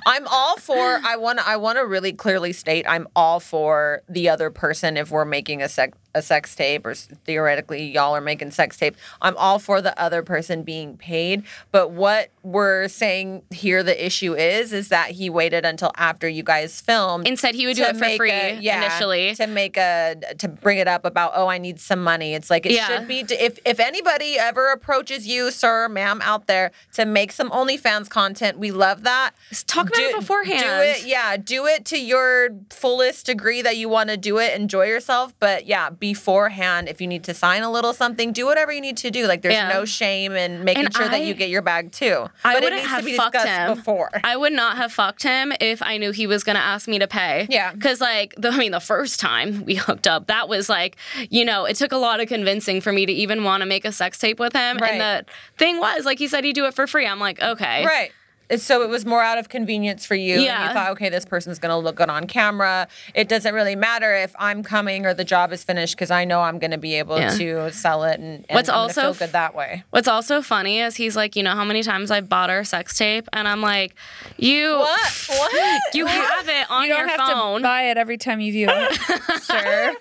B: I'm all for. I want. I want to really clearly state. I'm all for the other person if we're making a sex a sex tape, or s- theoretically y'all are making sex tape. I'm all for the other person being paid. But what we're saying here, the issue is, is that he waited until after you guys filmed.
C: and said he would do
B: to
C: it for
B: make
C: free
B: a- yeah,
C: initially.
B: to make a to bring it up about oh I need some money. It's like it
C: Yeah.
B: should be if if anybody ever approaches you, sir, ma'am, out there to make some OnlyFans content, we love that.
C: Talk about it beforehand.
B: Do it, yeah. Do it to your fullest degree that you want to do it. Enjoy yourself, but yeah, beforehand, if you need to sign a little something, do whatever you need to do. Like there's
C: Yeah.
B: no shame in making
C: And
B: sure that
C: I-
B: you get your bag too.
C: I
B: but it
C: wouldn't
B: needs
C: have
B: to be
C: fucked
B: discussed
C: him.
B: before.
C: I would not have fucked him if I knew he was gonna ask me to pay.
A: Yeah.
C: Cause like the, I mean, the first time we hooked up, that was like, you know, it took a lot of convincing for me to even want to make a sex tape with him.
B: Right.
C: And the thing was, like he said he'd do it for free. I'm like,
B: (laughs)
C: okay.
B: Right. And So it was more out of convenience for you. And
C: Yeah.
B: you thought, okay, this person's going to look good on camera. It doesn't really matter if I'm coming or the job is finished because I know I'm going to be able
C: Yeah.
B: to sell it and, and
C: What's
B: I'm gonna
C: also
B: feel
C: f-
B: good that
C: (laughs)
B: way.
C: What's also funny is he's like, you know how many times I bought our sex tape? And I'm like, you
B: What? What?
C: (laughs) you have it on
A: you don't
C: your
A: have
C: phone.
A: to buy it every time you view
C: (laughs)
A: it, sir.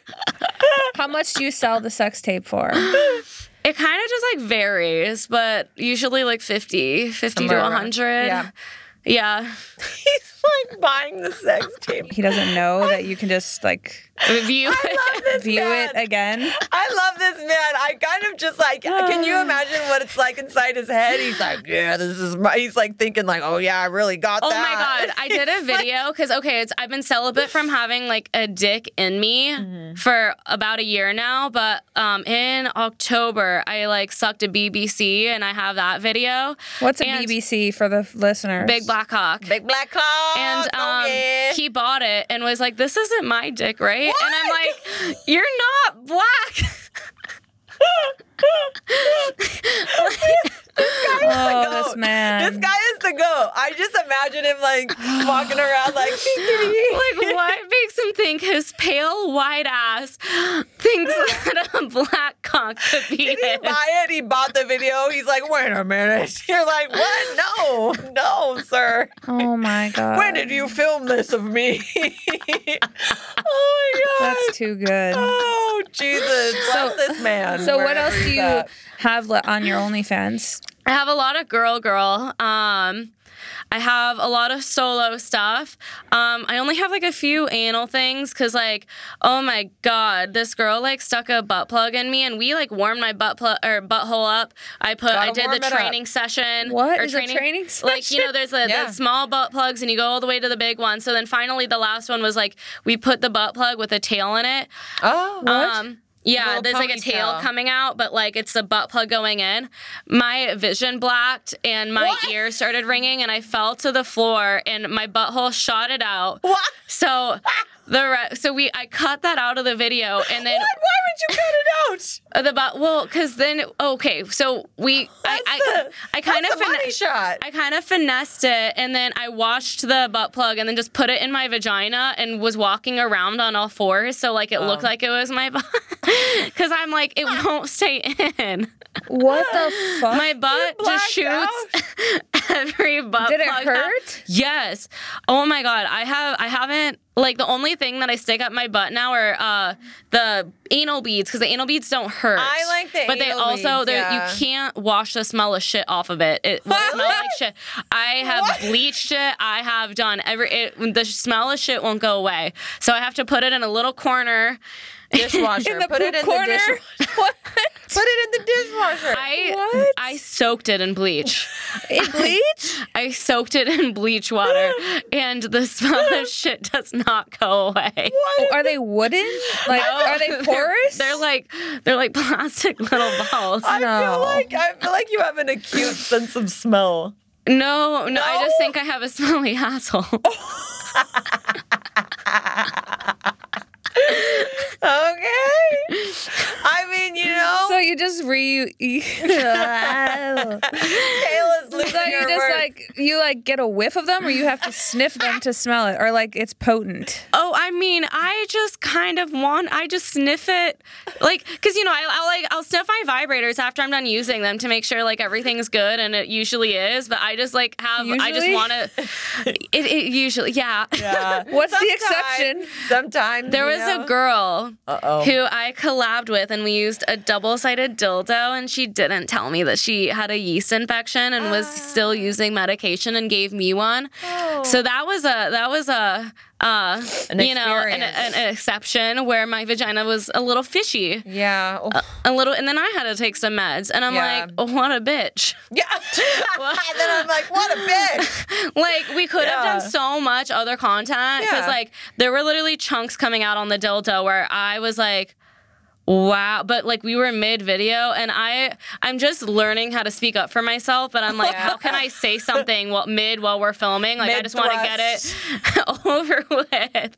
A: How much do you sell the sex tape for?
C: It kind of just like varies, but usually like 50, 50
B: Somewhere
C: to
B: around-
C: 100.
B: yeah.
C: Yeah.
B: like buying the
C: (laughs)
B: sex tape.
A: He doesn't know that you can just like
C: View
B: I love this
A: view
B: man.
A: it again.
B: I love this man. I kind of just like, can
C: (sighs)
B: you imagine what it's like inside his head? He's like, yeah, this is my. He's like thinking like, oh yeah, I really got
C: Oh
B: that.
C: my god, I did a video because okay, it's I've been celibate from having like a dick in me
B: Mm-hmm.
C: for about a year now, but um, in October I like sucked a BBC and I have that video.
A: What's a
C: And-
A: BBC for the f- listeners?
C: Big Black Hawk.
B: (laughs) Big black cloud.
C: and um,
B: oh, yeah.
C: he bought it and was like, "This isn't my dick, right?" And I'm like, "You're not black." (laughs)
B: (laughs)
A: Oh,
B: goat.
A: this man.
B: This guy is the goat. I just imagine him like walking
C: (sighs)
B: around like, (laughs)
C: like, what makes him think his pale white ass thinks (laughs) that a black cock could be
B: did he
C: his?
B: buy it? He bought the video. He's like, wait a minute. (laughs) You're like, what?
C: (laughs)
B: No, no, sir.
A: oh
B: (laughs)
A: my god.
B: When did
C: Um.
B: you film this of me? (laughs) oh my god.
A: That's too good.
B: Oh Jesus! Bless this man.
A: So what
B: wherever
A: else do
B: he's
A: you
B: at.
A: have le- on your OnlyFans?
C: I have a lot of girl girl. Um, I have a lot of solo stuff. Um, I only have like a few anal things because, like, oh my god, this girl like stuck a butt plug in me, and we like warmed my butt plug or butthole up. I put,
B: Gotta
C: I did
B: warm it
C: the
B: up.
C: training session.
A: What
C: or
A: is a training
C: (laughs) like you know there's the,
B: Yeah.
C: the small butt plugs and you go all the way to the big one so then finally the last one was like we put the butt plug with a tail in it
B: Oh,
C: um yeah
B: little
C: there's like a tail
B: ponytail.
C: coming out but like it's the butt plug going in my vision blacked and my
B: What?
C: ear started ringing and i fell to the floor and my butthole shot it out
B: what?
C: so the re- so we i cut that out of the video and then
B: What? Why would you cut it out?
C: uh, the butt well because then okay so we i i,
B: the-
C: I kind
B: That's
C: of
B: the money
C: fina-
B: shot.
C: I kind of finessed it and then I washed the butt plug and then just put it in my vagina and was walking around on all fours. So, like, it looked like it was my butt. (laughs) Because I'm like, it won't stay
A: (laughs)
C: in.
A: What the
B: (gasps)
A: fuck?
C: My butt just
B: blacked out?
C: shoots (laughs) every butt
A: Did it
C: plug out.
A: hurt?
C: Yes. Oh my god. I have. I haven't. Like the only thing that I stick up my butt now are uh, the anal beads because the anal beads don't hurt.
B: I like the
C: but they
B: anal
C: also
B: beads,
C: they're-
B: yeah.
C: you can't wash the smell of shit off of it. It will smell like shit. I have
B: What?
C: bleached it. I have done every. It, the smell of shit won't go away. So I have to put it in a little corner.
B: Dishwasher.
A: in the
B: Put
A: poop
B: it in
A: corner.
B: the dish.
A: (laughs) what?
B: Put it in the dishwasher.
C: I
A: What?
C: I soaked it in bleach. (laughs)
A: It bleach?
C: I soaked it in bleach water, and the smell of shit does not go away.
B: what?
A: Are they wooden? Like, are they
C: (laughs) They're-
A: porous?
C: They're, like they're like (laughs) plastic little balls.
B: I
A: No.
B: feel like I feel like you have an acute sense of smell.
C: No, no, I
B: No?
C: just think I have a smelly (laughs) asshole.
B: Okay. I mean, you know,
A: So you just re. you- (laughs) so
B: Kayla's losing
A: you
B: her
A: just
B: words.
A: like you like get a whiff of them, or you have to sniff them to smell it, or like it's potent.
C: oh, I mean, I just kind of want I just sniff it, like because you know I, I'll like I'll sniff my vibrators after I'm done using them to make sure like everything's good, and it usually is. But I just like have I just
A: Usually?
C: want to. It, it usually yeah.
B: Yeah.
A: (laughs) What's the
B: Sometimes-
A: exception?
B: Sometimes
C: There
B: you
C: was
B: know?
C: a girl
B: Uh-oh.
C: who I collabed with, and we used a double sided dildo. And she didn't tell me that she had a yeast infection and was
B: Ah.
C: still using medication, and gave me one. So that was a that was a uh,
B: Oh. An
C: you know an,
B: experience.
C: an, exception where my vagina was a little fishy,
B: Yeah. Oh.
C: a little, and then I had to take some meds, and I'm
B: Yeah.
C: like, oh, what a bitch. (laughs)
B: yeah. and then I'm like, what a bitch.
C: like we could
B: Yeah.
C: have done so much other content because
B: Yeah.
C: like there were literally chunks coming out on the dildo where i was like wow but like we were mid video and i i'm just learning how to speak up for myself but i'm like how
B: (laughs)
C: can i say something while mid while we're filming (laughs) like i just want to get it (laughs) over with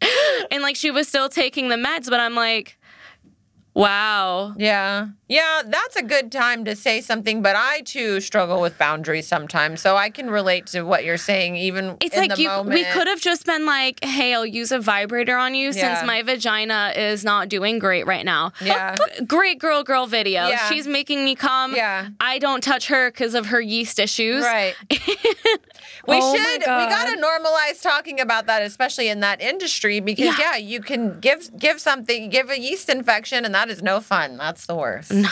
C: and like she was still taking the meds but i'm like wow
B: Yeah. Yeah, that's a good time to say something, but I too struggle with boundaries sometimes. So I can relate to what you're saying even
C: It's
B: in
C: like
B: the
C: you,
B: moment.
C: we could have just been like, "Hey, I'll use a vibrator on you
B: Yeah.
C: since my vagina is not doing great right now." (laughs)
B: Yeah.
C: great girl, girl video.
B: Yeah.
C: She's making me come.
B: Yeah.
C: I don't touch her because of her yeast issues. (laughs)
B: Right. we
A: Oh my
B: should. We
A: God.
B: gotta normalize talking about that, especially in that industry, because yeah.
C: Yeah.
B: you can give give something, give a yeast infection, and that is no fun. That's the worst. No.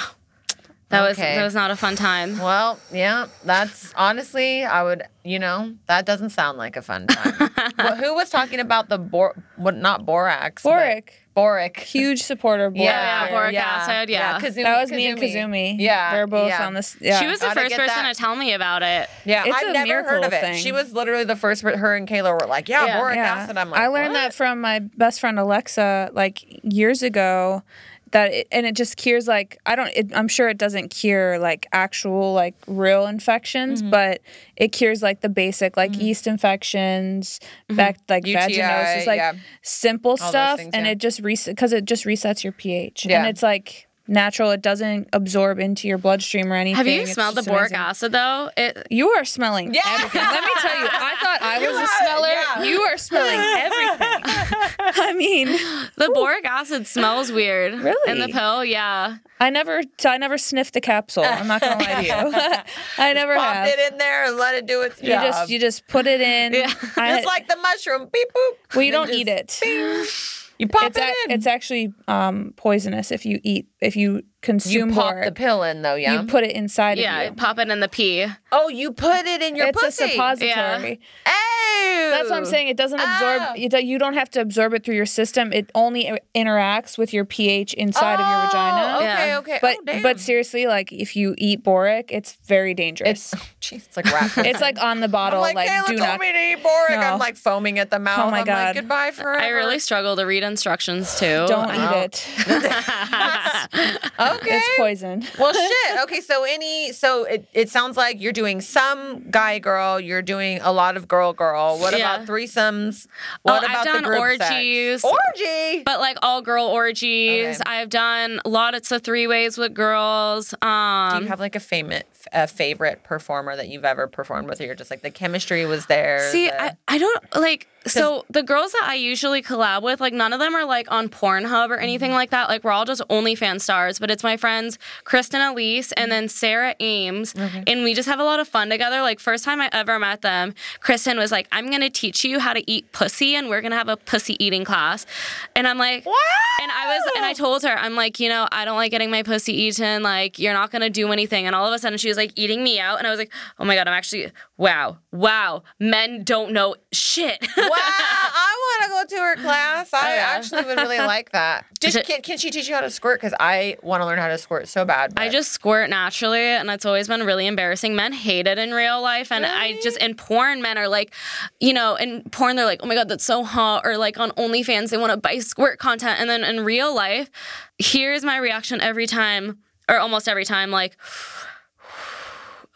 C: That
B: Okay.
C: was that was not a fun time.
B: Well, yeah, that's honestly, I would, you know, that doesn't sound like a fun time. well, who was talking about the bor? What not borax? but-
A: Boric,
B: Boric.
A: huge supporter. of Boric.
B: yeah,
C: yeah, Boric acid, yeah.
B: Kazumi,
A: that was me and Kazumi.
B: Yeah,
A: they're both
B: yeah.
A: on this. Yeah,
C: She was the
B: Gotta
C: first
B: get
C: person
B: that.
C: to tell me about it.
B: Yeah,
A: It's
B: I've
A: a
B: never heard
A: miracle
B: of it.
A: thing.
B: She was literally the first. Her and Kayla were like, "Yeah,
C: Yeah.
B: boric
A: Yeah.
B: acid." I'm like,
A: I learned
B: "What?"
A: that from my best friend Alexa like years ago. That it, and it just cures like I don't. It, I'm sure it doesn't cure like actual like real infections,
B: Mm-hmm.
A: but it cures like the basic like yeast infections,
B: Mm-hmm.
A: back like
B: UTI,
A: vaginosis, like
B: yeah.
A: simple
B: those
A: stuff,
B: things,
A: and
B: yeah.
A: it just resets because it just resets your pH,
B: Yeah.
A: and it's like natural. It doesn't absorb into your bloodstream or anything.
C: Have you
A: It's
C: smelled the
A: just
C: boric
A: amazing.
C: acid though? It,
A: You are smelling
B: Yeah.
A: everything. Let me tell you, I thought
B: (laughs)
A: I was a
B: are,
A: smeller.
B: yeah.
A: You are smelling everything.
B: (laughs)
A: I mean,
C: the boric acid smells weird. In the
A: Really?
C: pill, yeah.
A: I never, I never sniffed the capsule. I'm not gonna lie to
B: (laughs)
A: you. (laughs) I never
B: Popped
A: have.
B: it in there and let it do its
A: you
B: job.
A: just, you just put it in.
C: Yeah.
A: I-
B: Just like the mushroom. Beep boop.
A: well, you
B: It
A: don't
B: just-
A: eat it.
B: You pop
A: It's,
B: it
A: ac-
B: in.
A: it's actually um, poisonous if you eat, if you
B: you
A: consume
B: pop
A: pork.
B: the pill in though, yeah.
A: You put it inside
C: Yeah,
A: of you.
C: pop it in the pee.
B: oh, you put it in your
A: it's
B: pussy.
A: a suppository.
B: Oh,
A: That's what I'm saying. It doesn't absorb.
B: Ah.
A: It, do- you don't have to absorb it through your system. It only i- interacts with your pH inside of your vagina.
B: Oh, Okay,
C: Yeah.
B: okay.
A: But
B: oh, damn.
A: but seriously, like if you eat boric, it's very dangerous.
B: it's
A: (laughs) It's,
B: jeez, it's like rat.
A: like on the
B: I'm
A: bottle.
B: like,
A: Like,
B: Kayla
A: do
B: told
A: not.
B: me to eat boric.
A: No. Oh
B: I'm like foaming at the mouth.
A: my
B: I'm
A: God.
B: Like, Goodbye forever.
C: I really struggle to read instructions too.
A: Don't
B: Wow.
A: eat it. (laughs)
B: okay.
A: It's poison. (laughs)
B: well, shit. Okay, so any, so it, it sounds like you're doing some guy girl, you're doing a lot of girl girl. What
C: Yeah.
B: about threesomes?
A: Oh,
B: What
C: I've
B: about
C: done
B: the group
C: orgies.
B: Sex? Orgy.
C: But like all girl orgies,
B: Okay.
C: I've done lots of three ways with girls.
B: Do
C: Um,
B: you have like a famous, a favorite performer that you've ever performed with? Or you're just like the chemistry was there.
C: See,
B: the-
C: I, I don't like so the girls that I usually collab with, like none of them are like on Pornhub or anything like that. Like we're all just OnlyFans stars, but it's my friends Kristen Elise and then Sarah Ames, and we just have a lot of fun together. Like first time I ever met them, Kristen was like, "I'm gonna teach you how to eat pussy, and we're gonna have a pussy eating class," and I'm like,
B: Wow.
C: and I was, and I told her, I'm like, you know, I don't like getting my pussy eaten. Like, you're not gonna do anything. And all of a sudden, she was like eating me out, and I was like, oh my god, I'm actually, wow, wow, men don't know shit. (laughs)
B: wow, I want to go to her class. I
C: Oh, yeah.
B: actually would
C: (laughs)
B: really like that. Did,
C: it-
B: can, can she teach you how to squirt? Because I want to learn how to squirt so bad.
C: I
B: but-
C: just squirt naturally, and it's always been really embarrassing. Men hate it in real life, and I just in porn, men are like, you know, in porn they're like, oh my god, that's so hot, or like on OnlyFans they want to buy squirt content, and then in real life, here's my reaction every time, or almost every time, like. (sighs)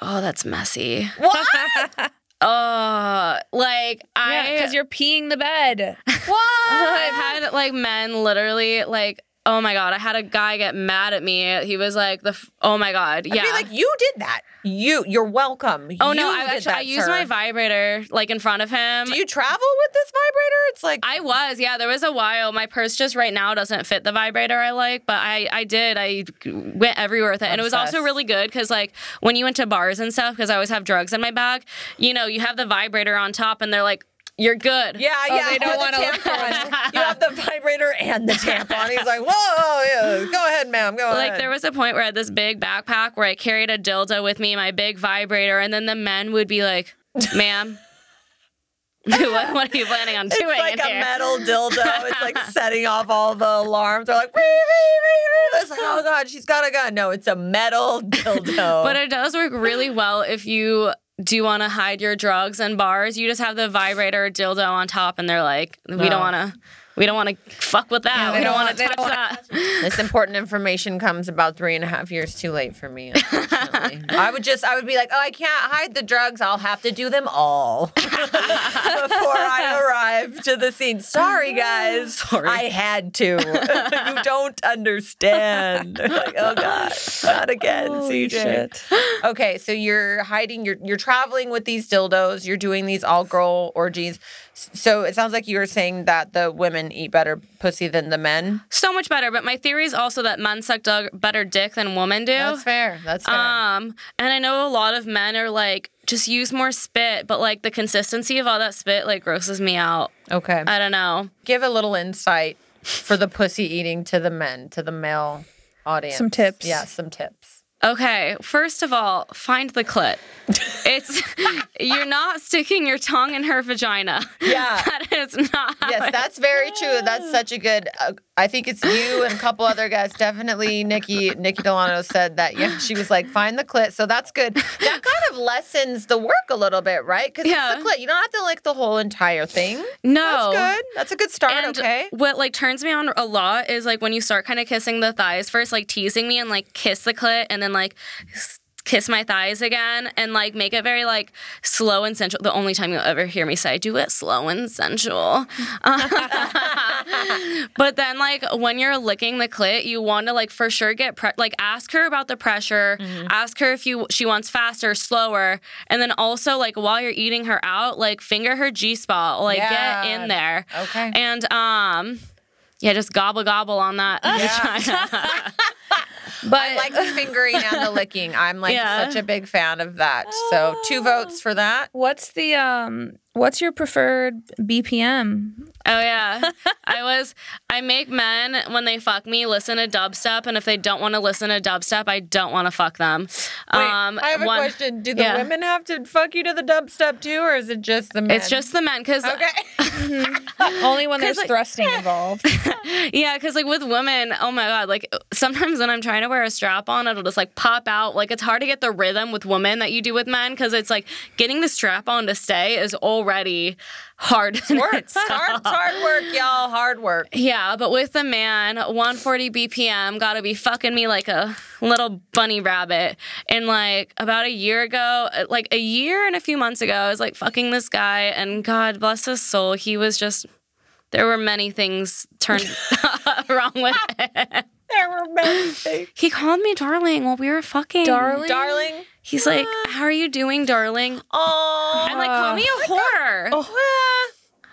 C: Oh, that's messy.
B: What? (laughs)
C: (laughs) Uh, like I,
A: Yeah, because you're peeing the
B: (laughs)
A: bed.
B: What?
C: (laughs) I've had like men literally like, oh my god, I had a guy get mad at me. He was like, the f- oh my god, yeah.
B: Be like, you did that. You, you're welcome.
C: oh no,
B: You
C: I
B: did
C: actually I
B: that,
C: used
B: sir.
C: my vibrator like in front of him.
B: Do you travel with this vibrator? It's like
C: I was, yeah. There was a while. My purse just right now doesn't fit the vibrator I like, but I, I did. I went everywhere with it, and it was also
B: Obsessed.
C: really good because like when you went to bars and stuff, because I always have drugs in my bag. You know, you have the vibrator on top, and they're like, you're good.
B: yeah, yeah.
A: they don't
B: with the
A: wanna look
B: tampon. You have the vibrator and the tampon. He's like, whoa, yeah, go ahead, ma'am, go
C: Like
B: ahead.
C: there was a point where I had this big backpack where I carried a dildo with me, my big vibrator, and then the men would be like, "Ma'am, (laughs) what, what are you planning
B: (laughs)
C: on
B: it's
C: doing
B: like
C: in
B: a
C: here?"
B: metal dildo. It's
C: (laughs)
B: like setting off all the alarms. They're like, wee, wee, wee, wee. It's like, oh god, she's got a gun. No, it's a metal (laughs) dildo.
C: But it does work really well if you do want to hide your drugs in bars. You just have the vibrator dildo on top, and they're like, "We
B: No.
C: don't want to." We don't want to fuck with that.
A: they
C: we
A: don't wanna-
C: don't want
A: they
C: to touch
A: don't wanna
C: that.
B: This important information comes about three and a half years too late for me. Unfortunately.
A: (laughs)
B: I would just, I would be like, oh, I can't hide the drugs. I'll have to do them all (laughs) before
A: (laughs)
B: I arrive to the scene. Sorry, guys. Sorry. I had to. (laughs) you don't understand. (laughs) like, oh, God. Not again,
A: Holy
B: CJ.
A: shit.
B: Okay, so you're hiding. You're you're traveling with these dildos. You're doing these all girl orgies. S- So it sounds like you were saying that the women eat better pussy than the men.
C: So much better. But my theory is also that men suck dug- better dick than women do.
B: That's fair. That's fair.
C: Um, and I know a lot of men are like, just use more spit, but like the consistency of all that spit like grosses me out.
B: okay.
C: I don't know.
B: uh, Give a little insight for the pussy eating to the men, to the male audience.
A: Some tips.
B: Yeah, some tips.
C: Okay, first of all, find the clit. It's (laughs) you're not sticking your tongue in her vagina.
B: Yeah.
C: That is not.
B: (laughs)
C: how
B: Yes,
C: it-
B: that's very true.
A: (laughs)
B: That's such a good. Uh, I think it's you and a couple other guys. Definitely, Nikki Nikki Delano said that. Yeah, she was like, find the clit. So that's good. (laughs) That kind of lessens the work a little bit, right? Because
C: Yeah.
B: it's the clit. You don't have to like the whole entire thing.
C: no.
B: That's good. That's a good start.
C: And
B: okay.
C: what like turns me on a lot is like when you start kind of kissing the thighs first, like teasing me and like kiss the clit and then like s- kiss my thighs again and like make it very like slow and sensual. The only time you'll ever hear me say do it slow and sensual. (laughs) but then like when you're licking the clit, you want to like for sure get pre- like ask her about the pressure,
B: Mm-hmm.
C: ask her if you she wants faster, slower, and then also like while you're eating her out, like finger her G spot, like
B: Yeah.
C: get in there.
B: Okay.
C: And um, yeah, just gobble gobble on that. vagina.
A: But
B: I like the fingering and the licking. I'm like
C: Yeah.
B: such a big fan of that. So two votes for that.
A: what's the um what's your preferred
B: (laughs)
A: BPM?
C: (laughs) oh yeah, I was. I make men when they fuck me listen to dubstep, and if they don't want to listen to dubstep, I don't want to fuck them. Um,
B: I have a
C: one-
B: question. Do the
C: yeah.
B: women have to fuck you to the dubstep too, or is it just the men?
C: It's just the men,
B: (laughs)
C: because
B: okay.
A: Only when there's
C: 'Cause,
B: (laughs)
C: like-
A: thrusting involved.
C: yeah, because like with women, oh my god, like sometimes when I'm trying to wear a strap on, it'll just like pop out. Like it's hard to get the rhythm with women that you do with men, because it's like getting the strap on to stay is already hard. (laughs) in
B: work. It's
C: itself.
B: hard, it's hard work, y'all. Hard work.
C: Yeah, but with the man, 140 BPM, gotta be fucking me like a little bunny rabbit. And like about a year ago, uh, like a year and a few months ago, I was like fucking this guy, and God bless his soul, he was just. There were many things turned (laughs) wrong with it.
B: There were many things.
C: He called me darling while we were fucking.
A: Darling?
B: Darling.
C: He's like, "How are you doing, darling?"
B: Oh.
C: I'm like, "Call me a whore."
B: Ah.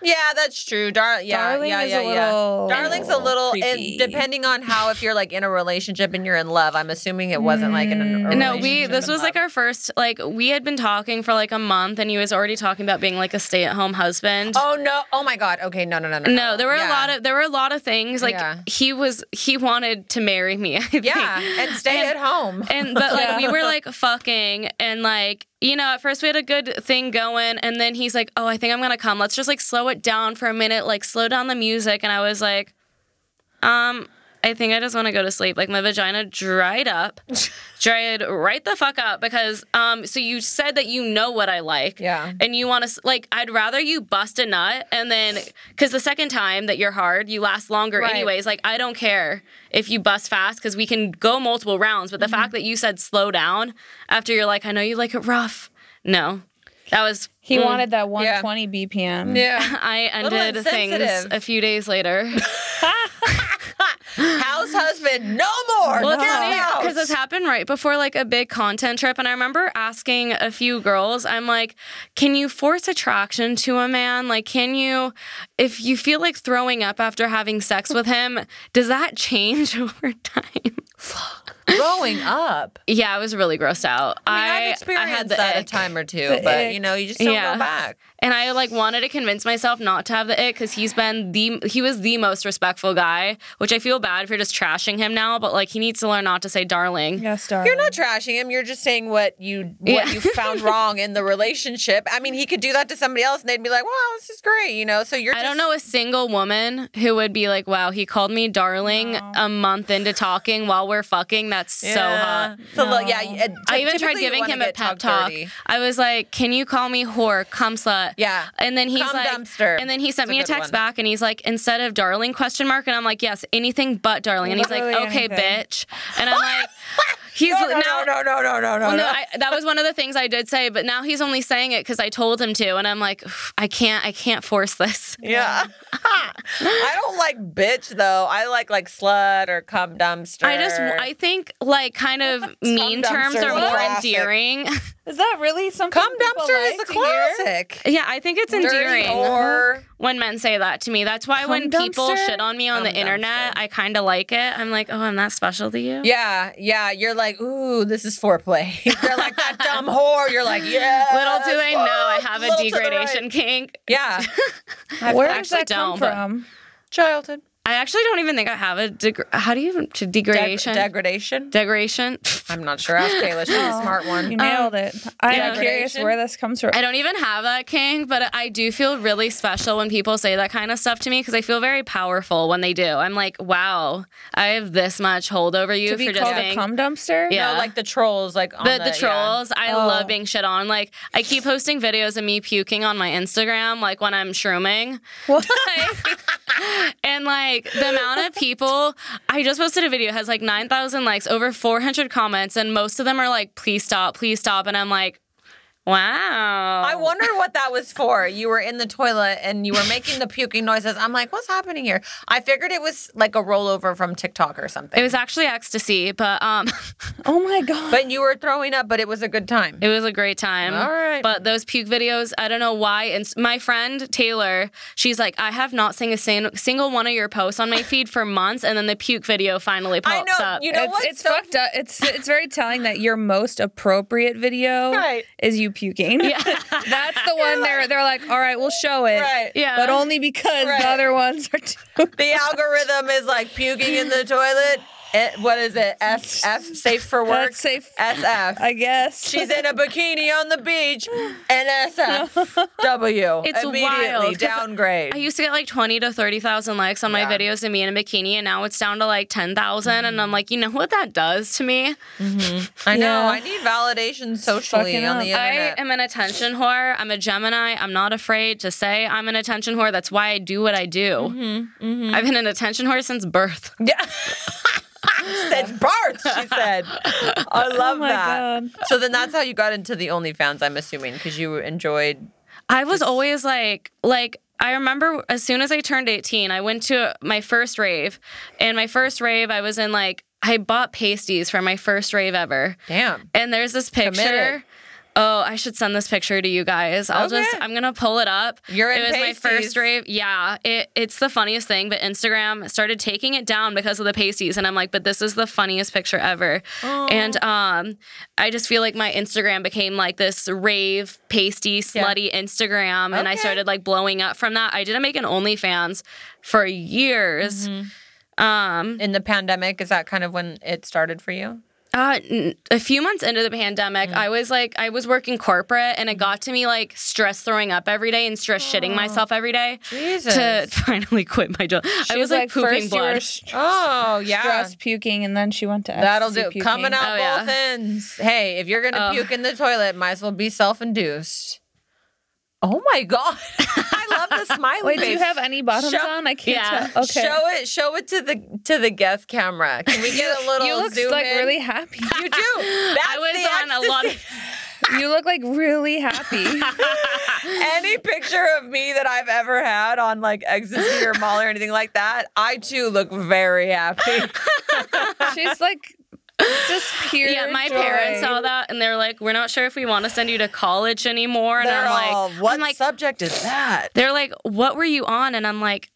B: Yeah, that's true. Dar- yeah,
A: Darling
B: yeah,
A: is
B: yeah,
A: a
B: yeah.
A: little
B: Darling's a little,
A: creepy.
B: it, depending on how, if you're like in a relationship and you're in love, I'm assuming it wasn't like in an a
C: No, we
B: relationship
C: this
B: in
C: was like
B: love.
C: our first like we had been talking for like a month and he was already talking about being like a stay-at-home husband.
B: Oh, no. Oh, my God. Okay. No, no, no, no.
C: No, there were
B: Yeah.
C: a lot of there were a lot of things like
B: Yeah.
C: he was he wanted to marry me. I think.
B: Yeah. And stay at home.
C: And but like
A: Yeah.
C: we were like fucking and like you know at first we had a good thing going and then he's like oh I think I'm gonna come let's just like slow it down for a minute like slow down the music and I was like um I think I just want to go to sleep like my vagina dried up dried right the fuck up because um so you said that you know what I like
B: Yeah.
C: and you want to like I'd rather you bust a nut and then because the second time that you're hard you last longer
B: Right.
C: anyways like I don't care if you bust fast because we can go multiple rounds but the
B: Mm-hmm.
C: fact that you said slow down after you're like I know you like it rough no that was
A: He
C: mm.
A: wanted that 120 BPM.
B: (laughs) Yeah.
C: (laughs) I
B: Little
C: ended things
B: insensitive.
C: a few days
B: (laughs)
C: later
B: House husband, no more.
C: Well, it's
B: Get
C: funny
B: out.
C: because this happened right before like a big content trip, and I remember asking a few girls, I'm like, "Can you force attraction to a man? Like, can you, if you feel like throwing up after having sex with him, does that change (laughs) over time?"
B: growing up.
C: Yeah, I was really grossed out.
B: I, mean, I've
C: I
B: experienced
C: had the
B: that a
C: ick.
B: time or two, but you know, you just don't
C: Yeah.
B: go back.
C: and I like wanted to convince myself not to have the ick because he's been the he was the most respectful guy, which I feel bad for just trashing him now. But like, he needs to learn not to say darling.
A: Yes, darling.
B: You're not trashing him. You're just saying what you what
C: Yeah.
B: you
C: (laughs)
B: found wrong in the relationship. I mean, he could do that to somebody else, and they'd be like, "Wow, this is great," you know. So you're.
C: I
B: just,
C: don't know a single woman who would be like, "Wow, he called me darling a month into talking while we're fucking. That's so hot."
B: It's a little- yeah. you- uh,
C: I even tried
B: typically you
C: giving
B: wanna
C: him a
B: get
C: pep
B: talked
C: talk.
B: dirty.
C: I was like, "Can you call me whore, cum slut?"
B: Yeah.
C: And then he's
B: Cum
C: like,
B: dumpster.
C: and then he
B: It's
C: sent
B: a
C: me a
B: good
C: text
B: one.
C: back, and he's like, "Instead of darling?" Question mark. And I'm like, "Yes, anything but darling." And he's like,
A: Literally
C: "Okay,
A: anything.
C: bitch." And I'm like, "He's
B: (laughs) No, no,
C: now."
B: no, no, no, no, no,
C: Well,
B: no.
C: no, I, that was one of the things I did say, but now he's only saying it because I told him to, and I'm like, I can't, I can't force this.
B: yeah. (laughs) I don't like bitch though. I like like slut or cum dumpster.
C: I just I think like
B: (laughs)
C: kind of mean terms
B: dumpsters
C: are
B: are
C: more
B: classic.
C: endearing. (laughs)
A: Is that really something?
B: cum
A: people
B: dumpster
A: like
B: is a
A: to hear?
B: classic.
C: yeah, I think it's
B: Dirty
C: endearing (laughs)
B: or
C: when men say that to me. That's why
A: Cum
C: when people
A: dumpster?
C: shit on me on
B: Cum
C: the internet,
B: dumpster.
C: I kind of like it. I'm like, oh, I'm that special to you.
B: Yeah, yeah. You're like, ooh, this is foreplay. (laughs) They're like that dumb whore. You're like, yeah.
C: (laughs) Little do I know I
B: fuck,
C: have a
B: little to the
C: (laughs) degradation kink.
B: Yeah,
A: Where does
C: actually
A: that come
C: don't, but-
A: from?
B: childhood.
C: I actually don't even think I have a deg- how do you even to
B: Deg-
C: degradation
B: degradation.
C: degradation.
B: I'm not sure. Ask Kayla. She's
C: Oh.
B: a smart
A: You
B: one.
A: nailed it. I'm curious
B: degradation?
A: where this comes from.
C: um, I don't even have that king, but I do feel really special when people say that kind of stuff to me because I feel very powerful when they do. I'm like, wow, I have this much hold over you
A: to be
C: for just
A: called
C: being
A: a cum dumpster?
C: Yeah.
B: No, like the trolls, like on
C: the,
B: the,
C: the
B: yeah.
C: trolls. I
A: Oh.
C: love being shit on. Like I keep posting videos of me puking on my Instagram, like when I'm
B: (laughs)
C: shrooming.
A: (laughs) What?
C: and like the amount of people, I just posted a video it has like nine thousand likes, over four hundred comments, and most of them are like, "Please stop, please stop," and I'm like, "Wow."
B: I wonder what that was for. You were in the toilet and you were making the puking noises. I'm like, what's happening here? I figured it was like a rollover from TikTok or something.
C: It was actually ecstasy, but um, (laughs)
A: Oh my god.
B: but you were throwing up, but it was a good time.
C: it was a great time.
B: All right.
C: But those puke videos, I don't know why. And s- my friend Taylor, she's like, I have not seen a sin- single one of your posts on my feed for months, and then the puke video finally
B: I
C: pops
B: know,
C: up.
B: you know
A: it's
B: what's
A: it's
B: so-
A: fucked up. It's it's very telling that your most appropriate video
B: Right.
A: is you puking. (laughs) That's the one they're they're like, all right, we'll show it.
B: Right.
C: Yeah.
A: But only because
B: Right.
A: the other ones are too
B: (laughs) the algorithm is like puking in
C: (laughs)
B: the toilet. It, what is it? F F safe for
A: (laughs)
B: work.
A: That's safe.
B: SF.
A: I guess. (laughs)
B: She's in a bikini on the
C: (gasps)
B: beach. NSFW.
C: It's
B: immediately
C: wild, 'cause
B: downgrade.
C: I used to get like twenty to thirty thousand likes on my
B: Yeah. Mm-hmm.
C: videos of me in a bikini, and now it's down to like ten thousand. And I'm like, you know what that does to me?
B: I know.
A: Yeah.
B: I need validation socially
A: fucking
B: on
A: up.
B: the
C: I
B: internet.
C: am an attention whore. I'm a Gemini. I'm not afraid to say I'm an attention whore. That's why I do what I do.
B: Mm-hmm,
C: I've been an attention whore since birth.
B: Yeah. (laughs) Since birth, she said. I love
A: Oh my
B: that.
A: God.
B: So then that's how you got into the OnlyFans, I'm assuming, because you enjoyed.
C: I was always like, like I remember as soon as I turned 18, I went to my first rave, and my first rave, I was in like I bought pasties for my first rave ever,
B: Damn.
C: and there's this picture.
B: Committed.
C: Oh, I should send this picture to you guys. I'll just
B: Okay.
C: I'm gonna pull it up.
B: You're in
C: it was
B: pasties.
C: my first rave. Yeah, it it's the funniest thing. But Instagram started taking it down because of the pasties, and I'm like, but this is the funniest picture ever. And um, I just feel like my Instagram became like this rave pasty slutty Instagram, and I
B: Okay.
C: started like blowing up from that. I didn't make an OnlyFans for
B: Mm-hmm.
C: years. Um,
A: Mm-hmm.
B: In the pandemic, is that kind of when it started for you?
C: uh, n- a few months into the pandemic, I was like, I was working corporate, and it got to me like stress throwing up every day and stress shitting myself every day
B: Jesus.
C: to (laughs) finally quit my job. I was like, pooping
A: first you were
C: blood.
A: stressed
B: Oh, yeah.
A: puking and then she went to
B: That'll do.
A: ecstasy puking.
B: Coming out
C: Oh, yeah.
B: both ends. Hey, if you're going to
C: Oh.
B: puke in the toilet, might as well be self induced. Oh my God. (laughs) I
A: (laughs)
B: love the smiley
A: Wait, do
B: face.
A: you have any bottoms
B: Show-
A: on? I can't
C: Yeah.
A: tell. Okay.
B: Show it, show it to the to the guest camera. Can we get a little
A: you look
B: zoom
A: like
B: in?
A: really happy. (laughs)
B: You do. That's
C: I was
B: the
C: on
B: ecstasy.
C: a lot of.
A: you look like really happy.
C: (laughs)
B: Any picture of me that I've ever had on like ecstasy or Molly or anything like that, I too look very (laughs) happy.
A: She's like just pure.
C: Yeah, my
A: joy.
C: parents saw that and they're like, "We're not sure if we want to send you to college anymore." And
B: They're
C: I'm like,
B: all, what
C: I'm like,
B: subject is that?
C: they're like, "What were you on?" And I'm like,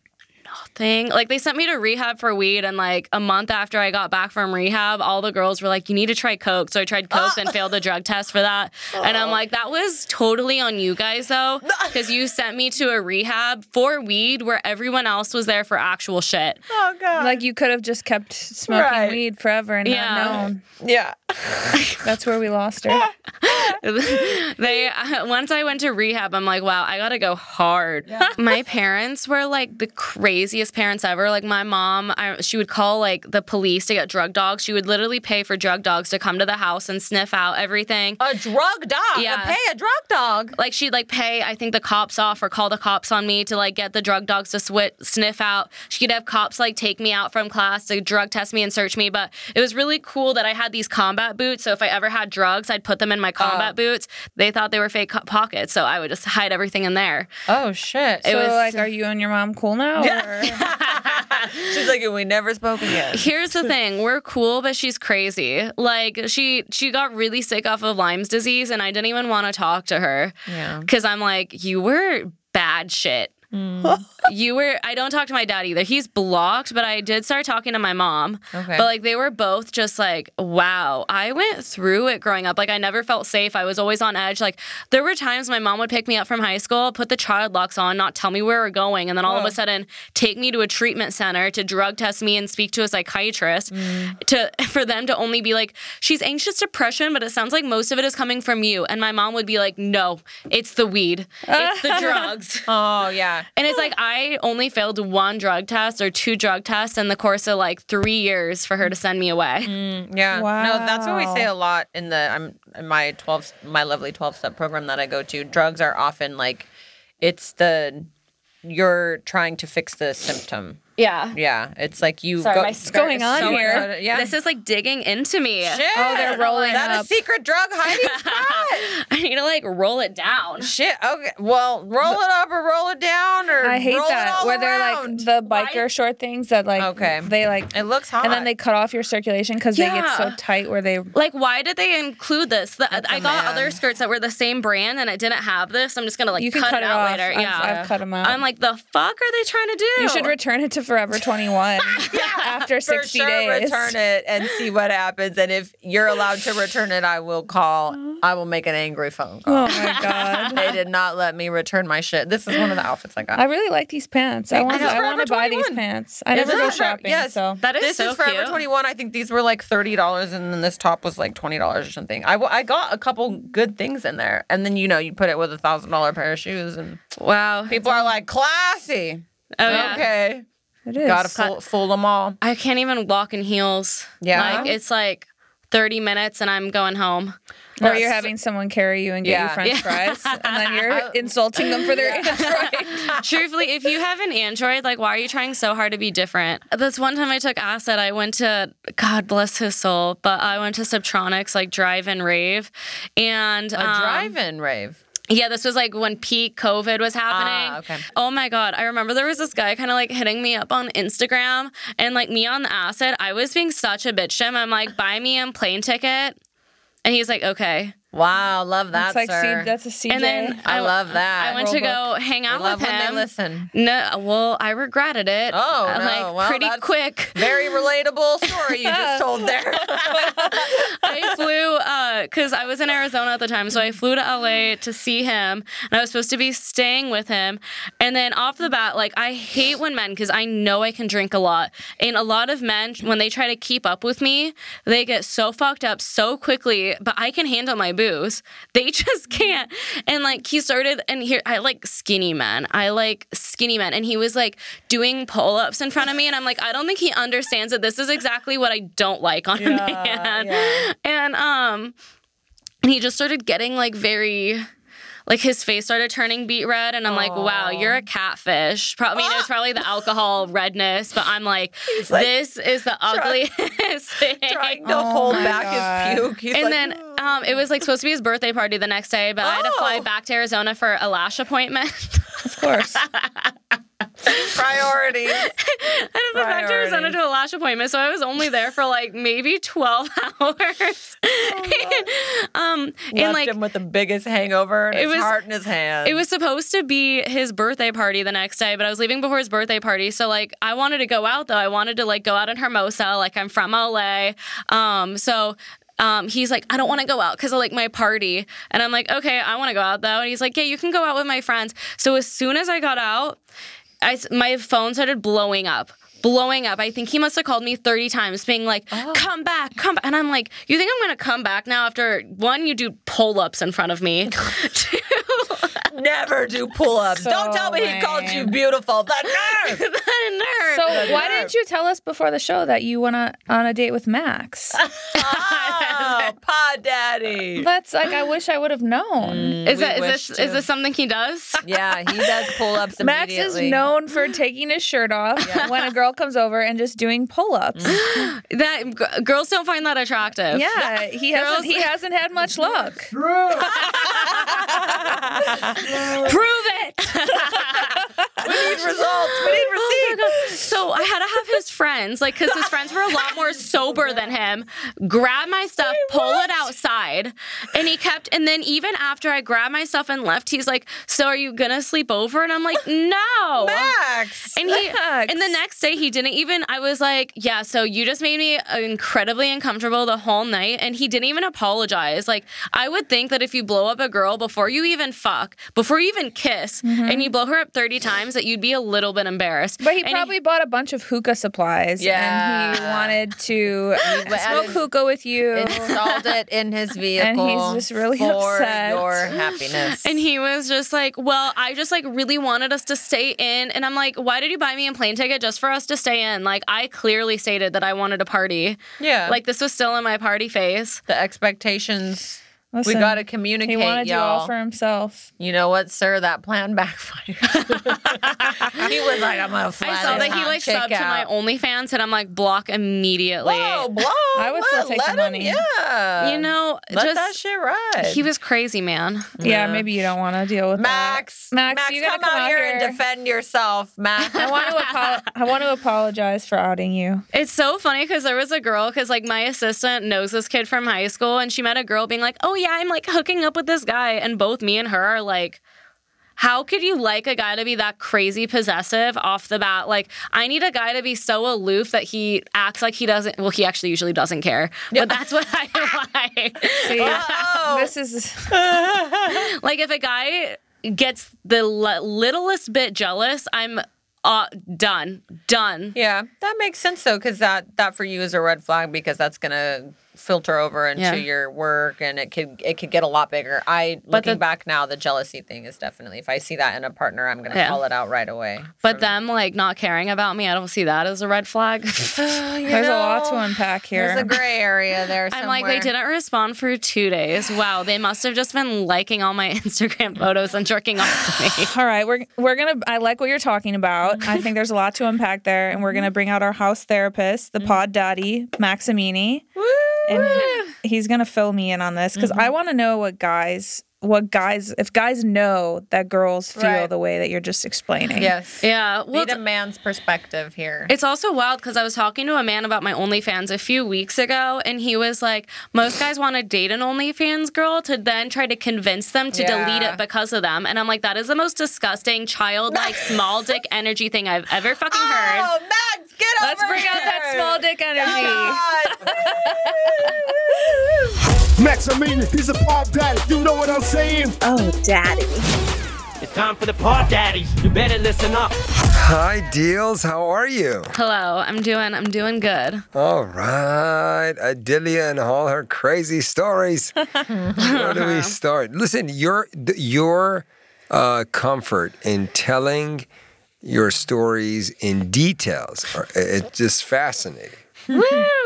C: "Nothing." Like they sent me to rehab for weed, and like a month after I got back from rehab, all the girls were like, "You need to try coke." So I tried coke, then failed the drug test for that. And I'm like, "That was totally on you guys, though, because you sent me to a rehab for weed where everyone else was there for actual shit."
B: (laughs) Oh god.
A: Like you could have just kept smoking
B: Right.
A: weed forever and
C: Yeah.
A: not known.
B: yeah.
A: That's where we lost
C: (laughs)
A: her.
C: they (laughs) once I went to rehab, I'm like, wow, I gotta go hard. my parents were like the craziest parents ever. Like my mom, I, she would call like the police to get drug dogs. She would literally pay for drug dogs to come to the house and sniff out everything.
B: A drug dog.
C: Yeah.
B: Pay a drug dog.
C: Like she'd like pay, I think the cops off or call the cops on me to like get the drug dogs to swi sniff out. She could have cops like take me out from class to drug test me and search me. But it was really cool that I had these combat boots. So if I ever had drugs, I'd put them in my combat boots. They thought they were fake co- pockets, so I would just hide everything in there.
B: Oh shit.
A: so
C: was-
A: like, are you and your mom cool now?
C: (laughs)
A: or-
B: She's like, and we never spoke (laughs) again.
C: Here's the thing, we're cool, but she's crazy. Like she she got really sick off of Lyme's disease, and I didn't even want to talk to her.
B: Yeah.
C: Cause I'm like, you were bad shit. you were I don't talk to my dad either. He's blocked, but I did start talking to my mom.
B: Okay.
C: But like they were both just like, wow, I went through it growing up. Like I never felt safe. I was always on edge. Like there were times my mom would pick me up from high school, put the child locks on, not tell me where we're going, and then all of
B: Whoa.
C: a sudden take me to a treatment center to drug test me and speak to a psychiatrist to (laughs) for them to only be like, She's anxious depression, but it sounds like most of it is coming from you. And my mom would be like, No, it's the weed. It's the drugs.
B: Oh yeah.
C: And it's like I only failed one drug test or two drug tests in the course of like three years for her to send me away.
B: Yeah. No, that's what we say
A: Wow.
B: a lot in the I'm in my 12 my lovely 12 step program that I go to. Drugs are often like it's the you're trying to fix the symptom.
C: Yeah.
B: Yeah. It's like you
C: Sorry,
B: go
C: my
B: Shit.
C: skirt
A: going
C: is
A: on
C: so
A: here?
C: out of-
B: Yeah.
C: This is like digging into me.
A: Oh, they're rolling
B: Is that
A: up.
B: a secret drug
A: (laughs)
B: hiding spot?
C: (laughs) I need to like roll it down.
B: Shit. Okay. Well, roll it up or roll it down or
A: I hate
B: roll it
A: that
B: all
A: where they're like
B: around.
A: the biker short things that like
B: Okay.
A: they like
B: it looks hot.
A: and then they cut off your circulation because they get so
C: Yeah.
A: tight where they
C: Like, why did they include this? The,
B: That's a
C: I got
B: man.
C: other skirts that were the same brand and it didn't have this. I'm just gonna like
A: you can
C: cut,
A: cut,
C: it
A: it
C: out
A: off.
C: later.
A: I've,
C: yeah.
A: I've cut them out.
C: I'm like, the fuck are they trying to do?
A: you should return it to
B: (laughs)
A: Forever 21 after 60
B: for sure
A: days.
B: return it and see what happens. And if you're allowed to return it, I will call. I will make an angry phone
A: Oh
B: call.
A: my god.
B: They did not let me return my shit. This is one of the outfits I got.
A: I really like these pants. I want
B: know.
A: I want to
B: Forever
A: buy these
B: 21.
A: pants. I
B: This
A: never go
B: is for-
A: shopping,
B: yes.
A: so
C: That is
B: this
C: so
B: is Forever
C: cute.
B: 21. I think these were like $30 and then this top was like $20 or something. I, w- I got a couple good things in there. And then, you know, you put it with a $1,000 pair of shoes and
C: Wow.
B: people are like, classy.
C: Oh, yeah.
B: Okay.
A: it is.
B: Gotta fool, fool them all.
C: I can't even walk in heels.
B: Yeah.
C: Like it's like 30 minutes and I'm going home.
A: or you're having someone carry you and get you
B: Yeah.
A: french fries and then
B: (laughs)
A: you're insulting them for their Android.
C: Truthfully, if you have an Android, like why are you trying so hard to be different? This one time I took acid, I went to God bless his soul, but I went to Subtronics like drive and rave. And um,
B: A drive in rave.
C: yeah, this was like when peak COVID was happening.
B: Ah, okay.
C: Oh my God. I remember there was this guy kind of like hitting me up on Instagram and like me on the acid. I was being such a bitch to him. I'm like, buy me a plane ticket. And he's like, okay.
B: Wow. Love that.
A: It's like
B: sir.
A: see, that's a CJ.
C: And then
B: I love that.
C: I went to go hang
B: Uh, I
C: out
B: love
C: with
B: when
C: him.
B: they listen.
C: No, well, I regretted it.
B: Oh,
C: Uh,
B: no.
C: like
B: Well,
C: pretty
B: that's-
C: quick.
B: Very relatable story you
C: (laughs)
B: just told there. (laughs)
C: I flew because I was in Arizona at the time, so I flew to LA to see him, and I was supposed to be staying with him. And then off the bat, like I hate when men, because I know I can drink a lot, and a lot of men when they try to keep up with me, they get so fucked up so quickly. But I can handle my booze; they (laughs) just can't. And like he started, and here I like skinny men. I like skinny men, and he was like doing pull ups in front of me, and I'm like, I don't think he understands that this is exactly what I don't like on (laughs) a man
B: yeah.
C: (laughs) and um and he just started getting like very like his face started turning beet red and i'm like wow you're a catfish probably I mean, it's probably
B: (laughs)
C: the alcohol redness but i'm like
B: Ah. like,
C: this is the ugliest (laughs) thing
B: Trying to
A: Oh
B: hold
A: my
B: back his
A: God.
B: puke. He's
C: and
B: like,
C: then um, it was like supposed to be his birthday party the next day, but I had to fly
B: Oh.
C: back to Arizona for a lash appointment. (laughs)
A: of
B: (laughs)
A: course.
B: priorities.
C: I had to fly back to Arizona
B: Priorities.
C: to a lash appointment, so I was only there for like maybe twelve (laughs) hours. (laughs) um,
B: Oh,
C: and
B: Left
C: like
B: him with the biggest hangover and
C: It
B: his
C: was-
B: heart in his hand.
C: It was supposed to be his birthday party the next day, but I was leaving before his birthday party. So like I wanted to go out though. I wanted to like go out in Hermosa. Like I'm from LA. Um so um, he's like, I don't want to go out because of like my party. And I'm like, okay, I want to go out though. And he's like, yeah, you can go out with my friends. So as soon as I got out, I s my phone started blowing up. Blowing up. I think he must have called me 30 times, being like, come back, come back. And I'm like, you think I'm going to come back now after one, you do pull ups in front of me? (laughs) Two,
B: never do pull ups. Don't tell me he
A: So
B: called you
A: lame.
B: beautiful. The
C: (laughs)
B: nerve.
C: the nerve.
A: So why didn't you tell us before the show that you went on- on a date with Max?
B: (laughs) Oh, pod daddy.
A: That's like I wish I would have known.
C: Is
B: We
C: that
B: wish
C: is this
B: to.
C: is this something he does?
B: Yeah, he does pull ups
A: Max is
B: immediately.
A: known for taking his shirt
B: (laughs)
A: off when a girl comes over and just doing pull-ups.
C: that g- girls don't find that attractive.
A: Yeah, he hasn't he hasn't had much
B: (laughs)
A: luck.
C: (laughs)
A: Prove it.
B: We need results. We need receipts.
C: So I had to have his friends, like, because his friends were a lot more sober than him, grab my stuff, pull it outside. And he kept, and then even after I grabbed my stuff and left, he's like, So are you gonna sleep over? And I'm like, No.
B: (laughs) Max.
C: And he
A: Max.
C: and the next day he didn't even I was like, yeah, so you just made me incredibly uncomfortable the whole night and he didn't even apologize. Like I would think that if you blow up a girl before you even fuck, before you even kiss and you blow her up 30 times that you'd be a little bit embarrassed.
A: Mm-hmm. But he
C: And
A: probably bought a bunch of hookah supplies. And he
B: Yeah.
A: wanted
B: (laughs)
A: to smoke
B: added-
A: hookah with you.
B: Installed it in his vehicle.
A: just really
B: for
A: upset.
B: your happiness.
C: And he was just like, "Well, I just like really wanted us to stay in." And I'm like, "Why did you buy me a plane ticket just for us to stay in? Like I clearly stated that I wanted a party.
B: yeah,
C: Like this was still in my party phase."
B: the expectations.
A: Listen,
B: we got to
A: He
B: communicate,
A: wanted you all
B: y'all.
A: for himself.
B: you know what, sir? That plan backfired. (laughs) he was like, "I'm gonna fly
C: I saw
B: this
C: that he
B: hot
C: like
B: chick
C: subbed to my
B: out.
C: OnlyFans, and I'm like, block immediately.
B: Whoa, blow!
A: I would still
B: let-
A: take the
B: let him-
A: money.
B: yeah,
C: you know,
B: let
C: just
B: that shit ride.
C: he was crazy, man.
A: Yeah,
B: Yeah.
A: maybe you don't want to deal with
B: Mm. Max.
A: that. Max,
B: Max,
A: you gotta
B: come,
A: come
B: out
A: out
B: here,
A: here.
B: and defend yourself, Max.
A: I
B: (laughs)
A: want to apo- I want to apologize for outing you.
C: It's so funny because there was a girl because like my assistant knows this kid from high school, and she met a girl being like, "Oh yeah, I'm like hooking up with this guy," and both me and her are like. How could you like a guy to be that crazy possessive off the bat? Like, I need a guy to be so aloof that he acts like he doesn't. Well, he actually usually doesn't care, but that's what I (laughs) like.
A: See,
B: Uh-oh.
A: this is
C: Like if a guy gets the l- littlest bit jealous, I'm uh, done, done.
B: Yeah, that makes sense though, because that that for you is a red flag because that's gonna filter over into
C: Yeah.
B: your work and it could it could get a lot bigger. I looking
C: the-
B: back now, the jealousy thing is definitely if I see that in a partner, I'm gonna
C: Yeah.
B: call it out right away.
C: But them like not caring about me, I don't see that as a red flag. (laughs)
A: there's a lot to unpack
B: Oh, There's a
A: here. (laughs)
B: gray area there.
C: I'm like
B: somewhere.
C: they didn't respond for two days. Wow, they must have just been liking all my (laughs) Instagram photos and jerking off to me. (laughs)
A: All right, we're we're gonna. I like what you're talking about. I think there's a lot to unpack there, and we're gonna bring out our house therapist,
B: Mm.
A: the pod daddy, Maximini, and he- he's gonna fill me in on this because I want to know what guys, what guys, if guys know that girls feel
B: Right.
A: the way that you're just explaining.
B: Yes.
C: Yeah, well,
B: Need a man's perspective here.
C: It's also wild because I was talking to a man about my OnlyFans a few weeks ago, and he was like, "Most guys want to date an OnlyFans girl to then try to convince them to
B: Yeah.
C: delete it because of them." And I'm like, "That is the most
A: (laughs)
C: disgusting, childlike, small dick energy thing I've ever fucking heard."
B: Oh, Max, get over
A: Let's bring out that
B: here.
A: small dick energy.
B: (laughs) God.
D: Max, I mean, he's a pop daddy. You know what I'm saying?
E: It's time for the pod daddies. You better listen up.
F: Hi, Deals. How are you?
C: Hello, I'm doing, I'm doing good.
F: All right. Adelia and all her crazy stories. Where do we start? Listen, your th- your uh, comfort in telling your stories in details are i- it's just fascinating.
C: (laughs)
F: Woo!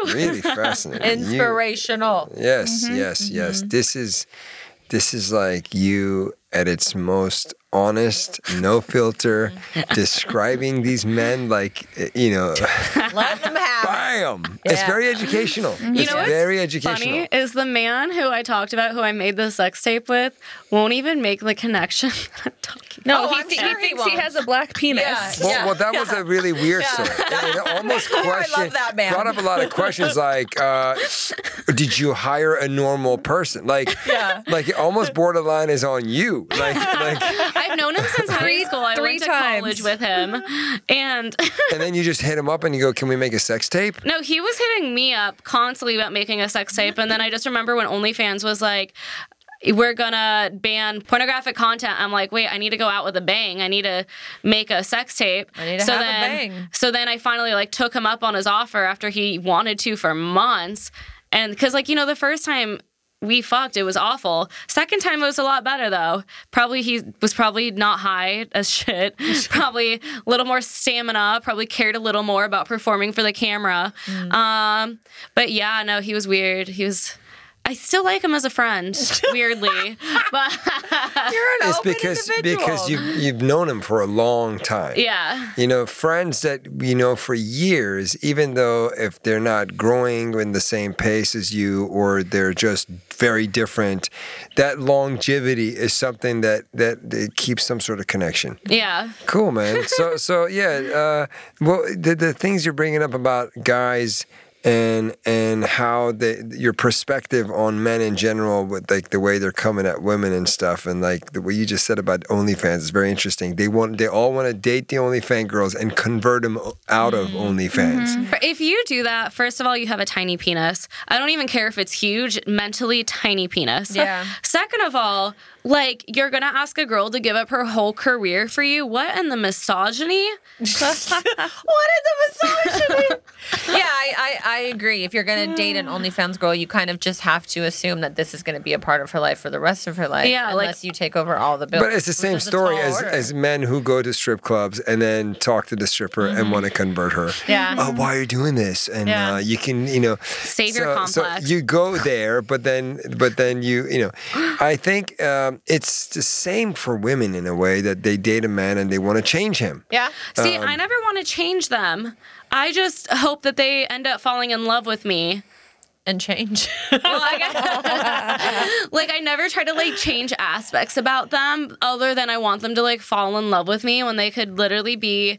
F: Really fascinating. You-
B: (laughs) Inspirational.
F: yes, yes, yes. This is this is like you at its most honest, no filter, describing these men like eh, you know.
B: Let them have.
F: Bam! It's
B: Yeah. Mm-hmm.
F: very educational. it's
C: know what's
F: very
B: (laughs)
F: educational.
C: Funny is the man who I talked about, who I made the sex tape with, won't even make the connection. (laughs) that I'm talking
A: No,
B: Oh,
A: he,
B: I'm
A: th-
B: sure
A: he
B: he
A: thinks he
B: won't.
A: has a black penis.
B: Yeah.
F: Well, well, that was a really weird story. It, it
B: (laughs)
F: almost question
B: that man.
F: brought up a lot of questions like, uh, did you hire a normal person? Like,
B: Yeah.
F: like it almost borderline is on you.
B: (laughs)
F: Like, like,
C: I've known him since high school. I
A: three
C: went to
A: times.
C: college with him, and (laughs)
F: and then you just hit him up and you go, "Can we make a sex tape?"
C: no, he was hitting me up constantly about making a sex tape. And then I just remember when OnlyFans was like. We're gonna ban pornographic content. I'm like, wait, I need to go out with a bang. I need to make a sex tape. I
B: need to have a
C: then,
B: bang.
C: So then I finally like took him up on his offer after he wanted to for months, and because like you know the first time we fucked, it was awful. Second time it was a lot better though. Probably he was probably not high as (laughs) shit. probably a little more stamina. Probably cared a little more
B: Mm.
C: about performing for the camera. Um, but yeah, no, he was weird. He was. I still like him as a friend, weirdly. but
B: You're an
F: It's
B: open
F: because
B: individual.
F: because you you've known him for a long time.
C: yeah.
F: You know, friends that you know for years, even though if they're not growing in the same pace as you or they're just very different, that longevity is something that that, that keeps some sort of connection.
C: Yeah.
F: Cool, man. So, so yeah. Uh, well, the, the things you're bringing up about guys and and how they your perspective on men in general with like the way they're coming at women and stuff and like the, what you just said about OnlyFans is very interesting. They want they all want to date the OnlyFans girls and convert them out of OnlyFans.
C: For- If you do that, first of all, you have a tiny penis. I don't even care if it's huge, mentally tiny penis.
B: Yeah.
C: Second of all, like you're gonna ask a girl to give up her whole career for you. What in the misogyny?
B: What is the
A: (laughs)
B: misogyny? yeah, I, I, I agree. If you're going to date an OnlyFans girl, you kind of just have to assume that this is going to be a part of her life for the rest of her life.
C: Yeah, like-
B: unless you take over all the bills.
F: But it's the
B: which
F: same
B: is a
F: story
B: tall
F: as,
B: order.
F: as men who go to strip clubs and then talk to the stripper and want to convert her.
B: Mm-hmm. Yeah.
F: Oh, why are you doing this? And
B: Yeah.
F: uh, you can, you know,
C: Save your complex.
F: So you go there, but then, but then you, you know, I think um, it's the same for women in a way that they date a man and they want to change him.
B: yeah.
C: See, I never want to change them. I just hope that they end up falling in love with me.
B: And change. (laughs)
C: Well, I guess- (laughs) like I never try to like change aspects about them other than I want them to like fall in love with me when they could literally be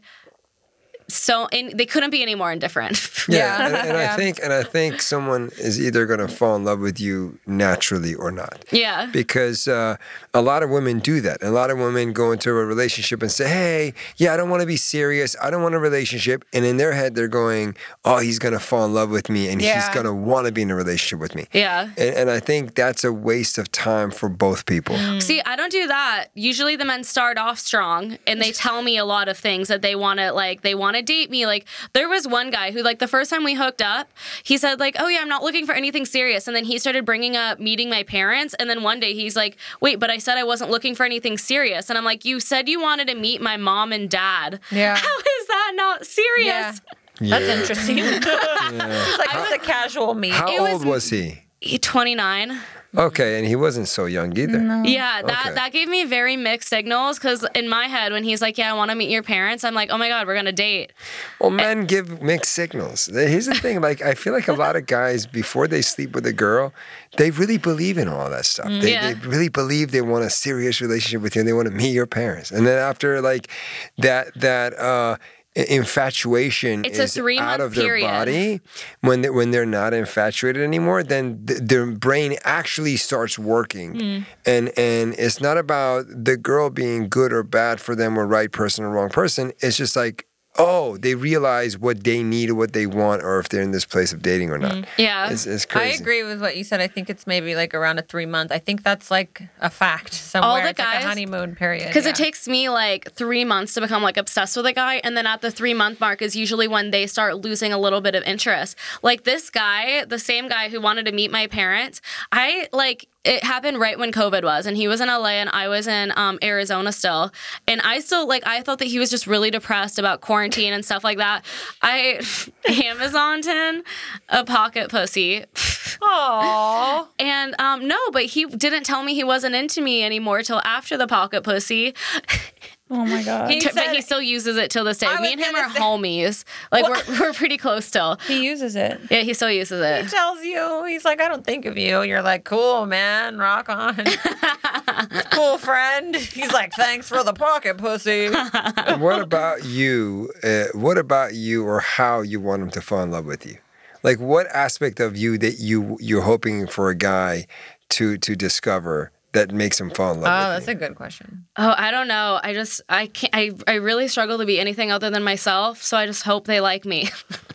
C: so in, they couldn't be any more indifferent.
B: (laughs) Yeah.
F: and, and I think, and I think someone is either going to fall in love with you naturally or not.
C: (laughs) yeah.
F: because uh, a lot of women do that. A lot of women go into a relationship and say, "Hey, yeah, I don't want to be serious. I don't want a relationship." And in their head, they're going, "Oh, he's gonna fall in love with me, and
B: Yeah.
F: he's gonna want to be in a relationship with me."
C: yeah.
F: And, and I think that's a waste of time for both people.
B: Mm.
C: See, I don't do that. Usually the men start off strong and they tell me a lot of things that they want to like they want to date me. Like there was one guy who like the first time we hooked up, he said like, "Oh yeah, I'm not looking for anything serious." And then he started bringing up meeting my parents and then one day he's like, "Wait, but I said I wasn't looking for anything serious." And I'm like, "You said you wanted to meet my mom and dad."
B: Yeah.
C: (laughs) How is that not serious?
B: Yeah. That's
F: (laughs) Yeah.
B: interesting. it's like just a casual meet.
F: How
C: It was-
F: old was he?
C: He- 29.
F: Okay, and he wasn't so young either.
C: Yeah, that
F: Okay.
C: that gave me very mixed signals because in my head when he's like, "Yeah, I want to meet your parents," I'm like, "Oh my god, we're gonna date."
F: Well, men give mixed signals. Here's the thing: like, I feel like a lot of guys before they sleep with a girl, they really believe in all that stuff. They,
C: Yeah.
F: they really believe they want a serious relationship with you, and they want to meet your parents. And then after like that, that uh, i- infatuation
C: It's a
F: is out
C: three-month
F: of their
C: period.
F: body. When they, when they're not infatuated anymore, then th- their brain actually starts working,
C: Hmm.
F: and and it's not about the girl being good or bad for them or right person or wrong person. It's just like oh, they realize what they need or what they want, or if they're in this place of dating or not.
C: Hmm. Yeah.
F: It's, it's
B: I
F: crazy.
B: agree with what you said. I think it's maybe like around a three month. I think that's like a fact somewhere.
C: the
B: It's like a
C: guys-
B: honeymoon period.
C: Because
B: yeah.
C: it takes me like three months to become like obsessed with a guy, and then at the three month mark is usually when they start losing a little bit of interest. Like this guy, the same guy who wanted to meet my parents, I like it happened right when COVID was, and he was in LA and I was in um, Arizona still, and I still like I thought that he was just really depressed about quarantine and stuff like that. I (laughs) Amazoned him a pocket pussy.
B: (laughs) Aw.
C: And um, no, but he didn't tell me he wasn't into me anymore till after the pocket pussy.
A: Oh my god.
B: He
C: T- but
B: said-
C: he still uses it till this day.
B: I
C: Me and
B: was
C: him
B: gonna
C: are
B: say-
C: homies. Like we're, we're pretty close
B: (laughs)
C: still.
A: He uses it.
C: Yeah, he still uses
B: He
C: it.
B: tells you, he's like, I don't think of you. You're like, cool, man, rock (laughs) on. cool, friend. He's like, thanks for the pocket (laughs) pussy.
F: what about you? Uh, what about you, or how you want them to fall in love with you? Like, what aspect of you that you you're hoping for a guy to to discover that makes him fall in love
B: Oh,
F: with
B: that's
F: you?
B: a good question.
C: Oh, I don't know. I just I can't. I I really struggle to be anything other than myself. So I just hope they like me.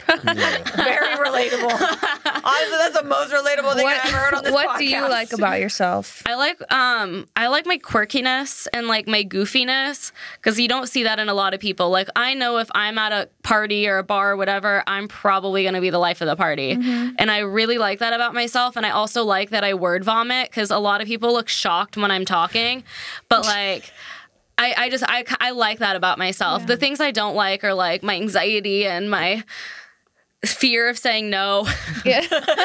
C: (laughs)
B: Very (laughs) relatable. Honestly, that's the most relatable thing I've ever heard on this
A: what do you
B: podcast.
A: like about yourself?
C: I like um I like my quirkiness and like my goofiness because you don't see that in a lot of people. Like I know if I'm at a party or a bar or whatever, I'm probably gonna be the life of the party, and I really like that about myself. And I also like that I word vomit because a lot of people look shocked when I'm talking, but like. I, I just I, I like that about myself. The things I don't like are like my anxiety and my fear of saying no. (laughs)
B: She didn't even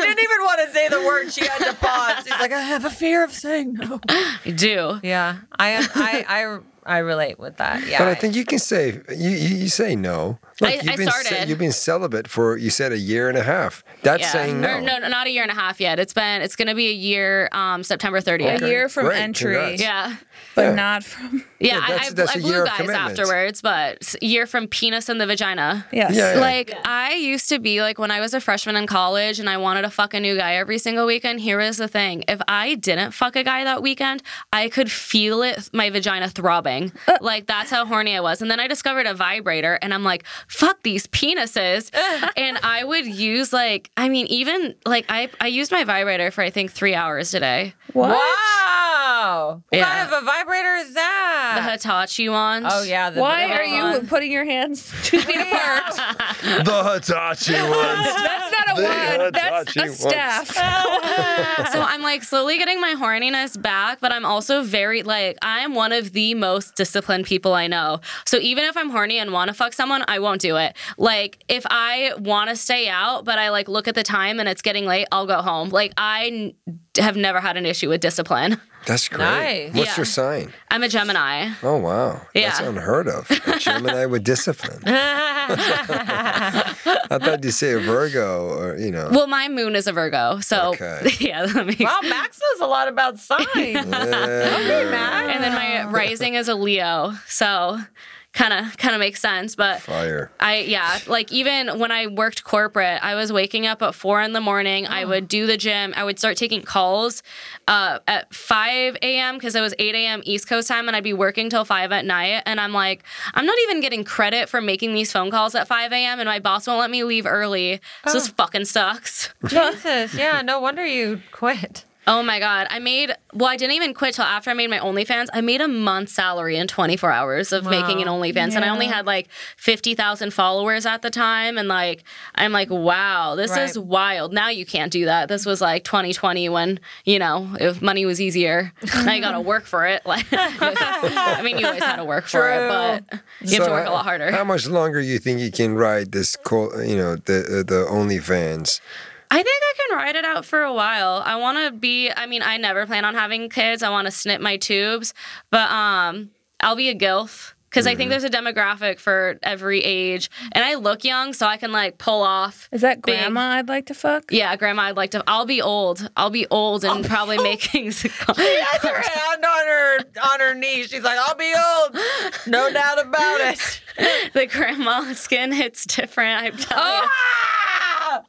B: want to say the word. She (laughs) had to pause. She's like, I have a fear of saying no.
C: I do.
B: Yeah, I I I, I relate with that. Yeah,
F: But I think you can say you you, you say no.
C: I- I
F: you've been ce-
C: started.
F: you've been celibate for you said a year and a half. That's saying no.
C: Or no, not a year and a half yet. It's been it's gonna be a year um September 30th.
A: a year from
F: great,
A: entry,
F: congrats.
C: Yeah.
A: but
F: Yeah.
A: not from
C: Yeah,
F: Yeah,
C: I- I,
F: that's- that's
C: I
F: a year
C: blew
F: of
C: guys
F: commitment.
C: afterwards, but s- year from penis and the vagina.
A: yes.
F: Yeah, yeah.
C: Like I used to be like when I was a freshman in college and I wanted to fuck a new guy every single weekend. Here is the thing: if I didn't fuck a guy that weekend, I could feel it, my vagina throbbing. Like that's how horny I was. And then I discovered a vibrator, and I'm like, fuck these penises. and I would use like, I mean, even like I I used my vibrator for I think three hours today.
A: What?
B: Wow. What
C: Yeah.
B: kind of a vibrator is
C: The
B: that?
C: Hitachi one.
B: Ah. oh yeah. The
A: Why
B: big
A: are you
B: one.
A: putting your hands (laughs) two feet apart?
F: The Hitachi ones.
A: That's not a (laughs)
F: They
A: wand.
F: had
A: That's
F: touchy
A: a
F: ones.
A: staff.
C: so I'm like slowly getting my horniness back, but I'm also very like I am one of the most disciplined people I know. So even if I'm horny and want to fuck someone, I won't do it. Like if I want to stay out, but I like look at the time and it's getting late, I'll go home. Like I n- have never had an issue with discipline.
F: That's great.
B: Nice.
F: What's
C: Yeah.
F: your sign?
C: I'm a Gemini.
F: Oh wow. That's
C: Yeah.
F: unheard of. A Gemini
C: (laughs)
F: with discipline. I thought you'd say a Virgo or you know.
C: Well, my moon is a Virgo, so
F: Okay.
C: (laughs) yeah, that makes.
B: Wow, Max knows a lot about
F: (laughs)
B: signs.
F: Yeah,
B: Max.
C: And then my rising is a Leo, so kind of kind of makes sense, but.
F: Fire.
C: I yeah, like even when I worked corporate, I was waking up at four in the morning. I would do the gym. I would start taking calls uh, at five a.m. because it was eight a.m. East Coast time, and I'd be working till five at night. And I'm like, I'm not even getting credit for making these phone calls at five a.m. And my boss won't let me leave early. So this fucking sucks.
B: Jesus. Yeah. No wonder you quit.
C: Oh my god, I made well, I didn't even quit till after I made my OnlyFans. I made a month's salary in 24 hours of making an OnlyFans, and I only had like 50,000 followers at the time. And like, I'm like, wow, this
B: Right.
C: is wild. Now you can't do that. This was like 2020 when you know if money was easier. now you got to work for it. (laughs) Like, I mean, you always had to work for it, but you have to
F: So
C: work a
F: how-
C: lot harder.
F: How much longer you think you can ride this? Call, you know the uh, the OnlyFans.
C: I think I can ride it out for a while. I want to be. I mean, I never plan on having kids. I want to snip my tubes, but um, I'll be a gilf because I think there's a demographic for every age, and I look young, so I can like pull off.
A: (laughs) Is that
C: big-
A: grandma I'd like to fuck?
C: Yeah, grandma. I'd like to. I'll be old. I'll be old and probably making. (laughs)
B: Has her hand on her on her knee. She's like, I'll be old. No doubt about (laughs) it.
C: the grandma skin hits different. I'm telling
B: Oh,
C: you.
B: Ah!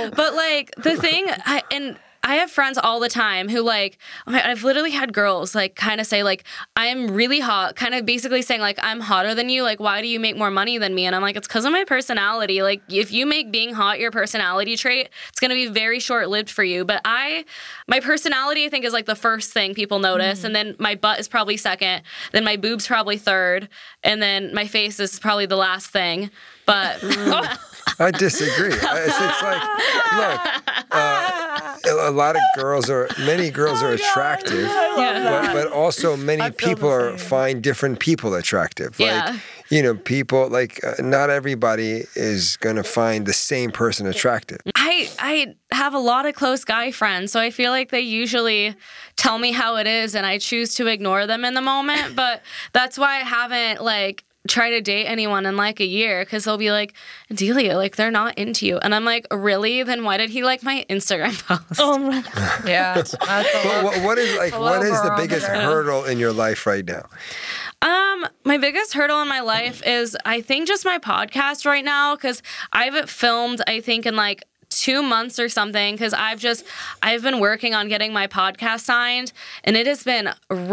B: Whoa.
C: But like the thing, I, and I have friends all the time who like, oh my- I've literally had girls like kind of say like, I'm really hot, kind of basically saying like, I'm hotter than you. Like, why do you make more money than me? And I'm like, it's because of my personality. Like, if you make being hot your personality trait, it's gonna be very short lived for you. But I, my personality, I think is like the first thing people notice, and then my butt is probably second, then my boobs probably third, and then my face is probably the last thing. But
F: I disagree. I- it's, it's like look,
C: (laughs)
F: uh, a a lot of girls are many girls
C: Oh
F: are attractive, but,
B: (laughs)
F: but also many people are find different people attractive. Like
C: Yeah.
F: you know, people like uh, not everybody is gonna find the same person attractive.
C: I I have a lot of close guy friends, so I feel like they usually tell me how it is and I choose to ignore them in the moment, but that's why I haven't like tried to date anyone in like a year cuz they'll be like, "Delia, like they're not into you." And I'm like, "Really? Then why did he like my Instagram (laughs) post?"
A: (laughs) Oh my (laughs)
B: Yeah. That's a
F: But what, what is like what is the biggest
B: barometer.
F: hurdle in your life right now?
C: Um, my biggest hurdle in my life is I think just my podcast right now because I haven't filmed. I think in like two months or something because I've just I've been working on getting my podcast signed and it has been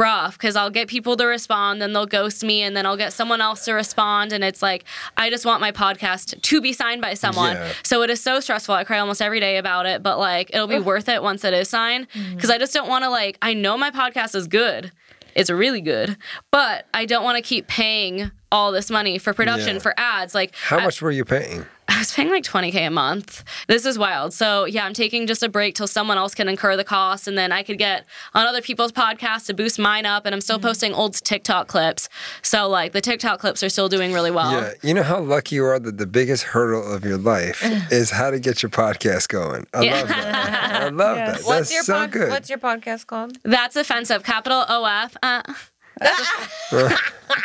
C: rough because I'll get people to respond, then they'll ghost me, and then I'll get someone else to respond, and it's like I just want my podcast to be signed by someone.
F: Yeah.
C: So it is so stressful. I cry almost every day about it, but like it'll be worth it once it is signed
F: Mm-hmm.
C: because I just don't want to like I know my podcast is good. It's really good, but I don't want to keep paying all this money for production
F: Yeah.
C: for ads. Like
F: How much were you paying?
C: I was paying like 20K a month. This is wild. So, yeah, I'm taking just a break till someone else can incur the cost. And then I could get on other people's podcasts to boost mine up. And I'm
F: Mm-hmm.
C: still posting old TikTok clips. So, like, the TikTok clips are still doing really
B: Oh.
C: well.
F: Yeah, you know how lucky you are that the biggest hurdle of your
B: (laughs)
F: life is how to get your podcast going. I love that. I
B: (laughs)
F: love
A: Yes.
F: that.
B: What's
F: That's
B: your
F: so
B: pod-
F: good.
B: What's your podcast
A: (laughs)
B: called?
C: That's offensive. Capital OF. Uh,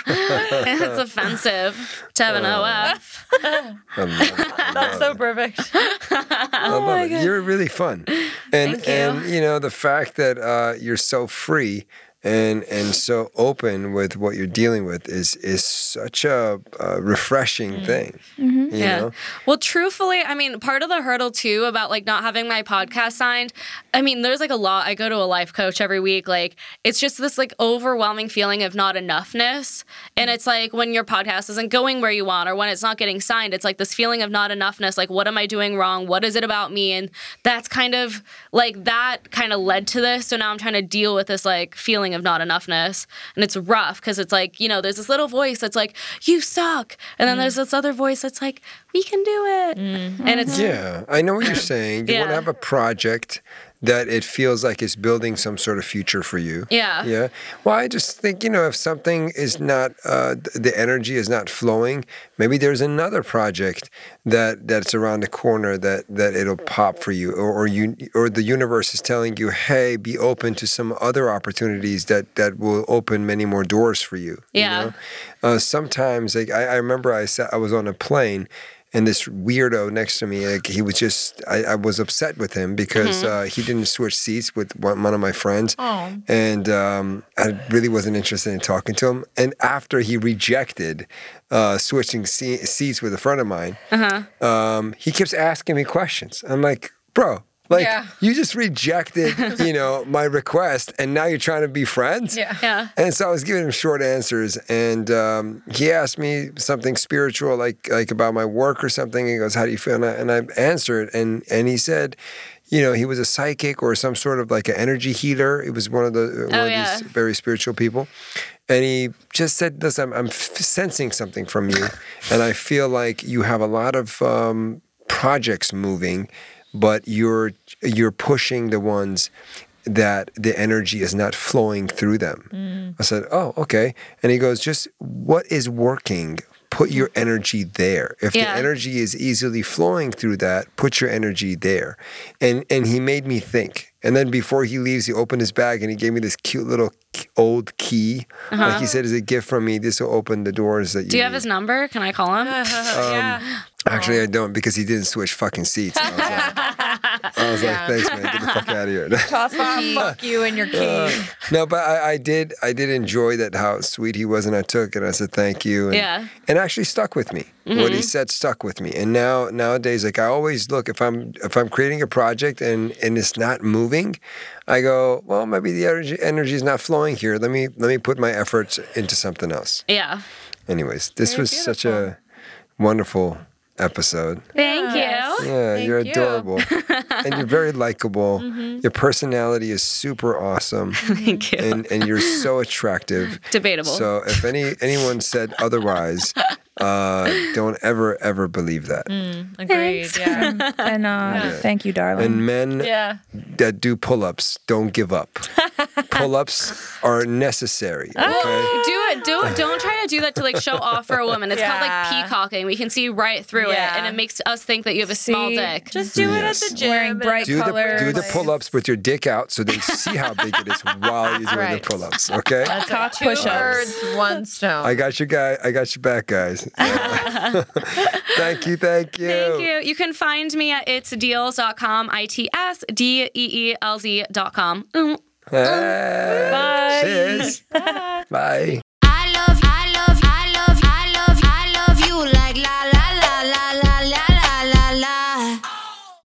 C: it's offensive to have an OF.
F: I love it. I love
B: So perfect.
F: I love it. You're really fun. And
C: Oh Thank you.
F: and you know, the fact that uh, you're so free and and so open with what you're dealing with is is such a, uh refreshing
C: Mm.
F: thing.
C: Mm-hmm.
F: You know?
C: Well, truthfully, I mean, part of the hurdle too about like not having my podcast signed. I mean, there's like a lot. I go to a life coach every week. Like, it's just this like overwhelming feeling of not enoughness. And it's like when your podcast isn't going where you want or when it's not getting signed, it's like this feeling of not enoughness. Like, what am I doing wrong? What is it about me? And that's kind of like that kind of led to this. So now I'm trying to deal with this like feeling of not enoughness. And it's rough because it's like, you know, there's this little voice that's like, you suck. And then
B: Mm.
C: there's this other voice that's like, we can do it.
B: Mm-hmm.
C: And it's,
F: Yeah, I know what you're saying. You want to
C: Yeah.
F: have a project that it feels like is building some sort of future for you.
C: Yeah.
F: Yeah. Well, I just think, you know, if something is not, uh, th- the energy is not flowing, maybe there's another project that that's around the corner that that it'll pop for you, or, or you, or the universe is telling you, hey, be open to some other opportunities that that will open many more doors for you. you
C: Yeah.
F: know? uh, sometimes like I, I remember I sat, I was on a plane and this weirdo next to me like he was just I, I was upset with him because
B: Mm-hmm.
F: uh, he didn't switch seats with one, one of my friends
B: Oh.
F: and um, I really wasn't interested in talking to him and after he rejected uh, switching se- seats with a friend of mine
B: Uh-huh.
F: um, he keeps asking me questions I'm like bro like
B: Yeah.
F: you just rejected you know my request and now you're trying to be friends
B: Yeah.
C: yeah.
F: and so I was giving him short answers, and um, he asked me something spiritual, like like about my work or something. He goes, "How do you feel?" And I, and I answered, and and he said, you know, he was a psychic or some sort of like an energy healer. It was one of the uh, one
C: Oh,
F: of
C: yeah.
F: these very spiritual people, and he just said, "Listen, I'm, I'm f- sensing something from you, and I feel like you have a lot of um, projects moving." But you're you're pushing the ones that the energy is not flowing through them. I said, Oh, okay. And he goes, Just what is working? Put your energy there. If
C: Yeah.
F: the energy is easily flowing through that, put your energy there. And and he made me think. And then before he leaves, he opened his bag and he gave me this cute little k- old key. Like he said, is a gift from me. This will open the doors that you.
C: Uh-huh. Do you have
F: need."
C: his number? Can I
B: (laughs)
C: call him?
B: yeah.
F: Actually, I don't because he didn't switch fucking seats. I was like, I was
C: (laughs)
F: like thanks, man. Get the fuck out of here.
B: Toss the key. Fuck you and your key.
F: No, but I, I did. I did enjoy that how sweet he was, and I took it. I said thank you. And,
C: Yeah. Mm-hmm.
F: And actually stuck with me. What he said stuck with me. And now nowadays, like I always look if I'm if I'm creating a project and and it's not moving, I go well maybe the energy energy is not flowing here. Let me let me put my efforts into something else.
C: Yeah.
F: Anyways, this was such a wonderful episode.
C: Thank you. Mm-hmm.
F: Yeah, you're
B: you.
F: adorable. and you're
C: (laughs)
F: very likable. Your personality is super
C: (laughs)
F: awesome.
C: Thank you.
F: And and you're so attractive.
C: (laughs) Debatable.
F: So if any anyone said otherwise, uh, don't ever ever believe that.
B: Agreed. Yeah.
A: And uh, thank you, darling.
F: And men
B: Yeah.
F: that do pull-ups, don't give up. pull-ups are necessary. Okay.
C: do it. Do it. Don't try to do that to like show off for a woman. It's called
B: Yeah.
C: like peacocking. We can see right through
B: Yeah.
C: it, and it makes us think that you have a small
A: See?
C: dick.
B: Just do
F: Yes.
B: it at the gym.
A: Wearing
B: and-
A: bright
F: Do the, do the
A: Colors.
F: pull-ups with your dick out so they see how big it is while you're doing
B: Right.
F: the pull-ups. Okay.
A: Cock
B: Two
A: push-ups.
B: birds, one stone.
F: I got your guy. I got your back, guys. (laughs) thank you, thank you.
C: Thank you. You can find me at itsdeals.com, I T S D E E L Z.com. Mm.
F: Hey. Cheers. Bye.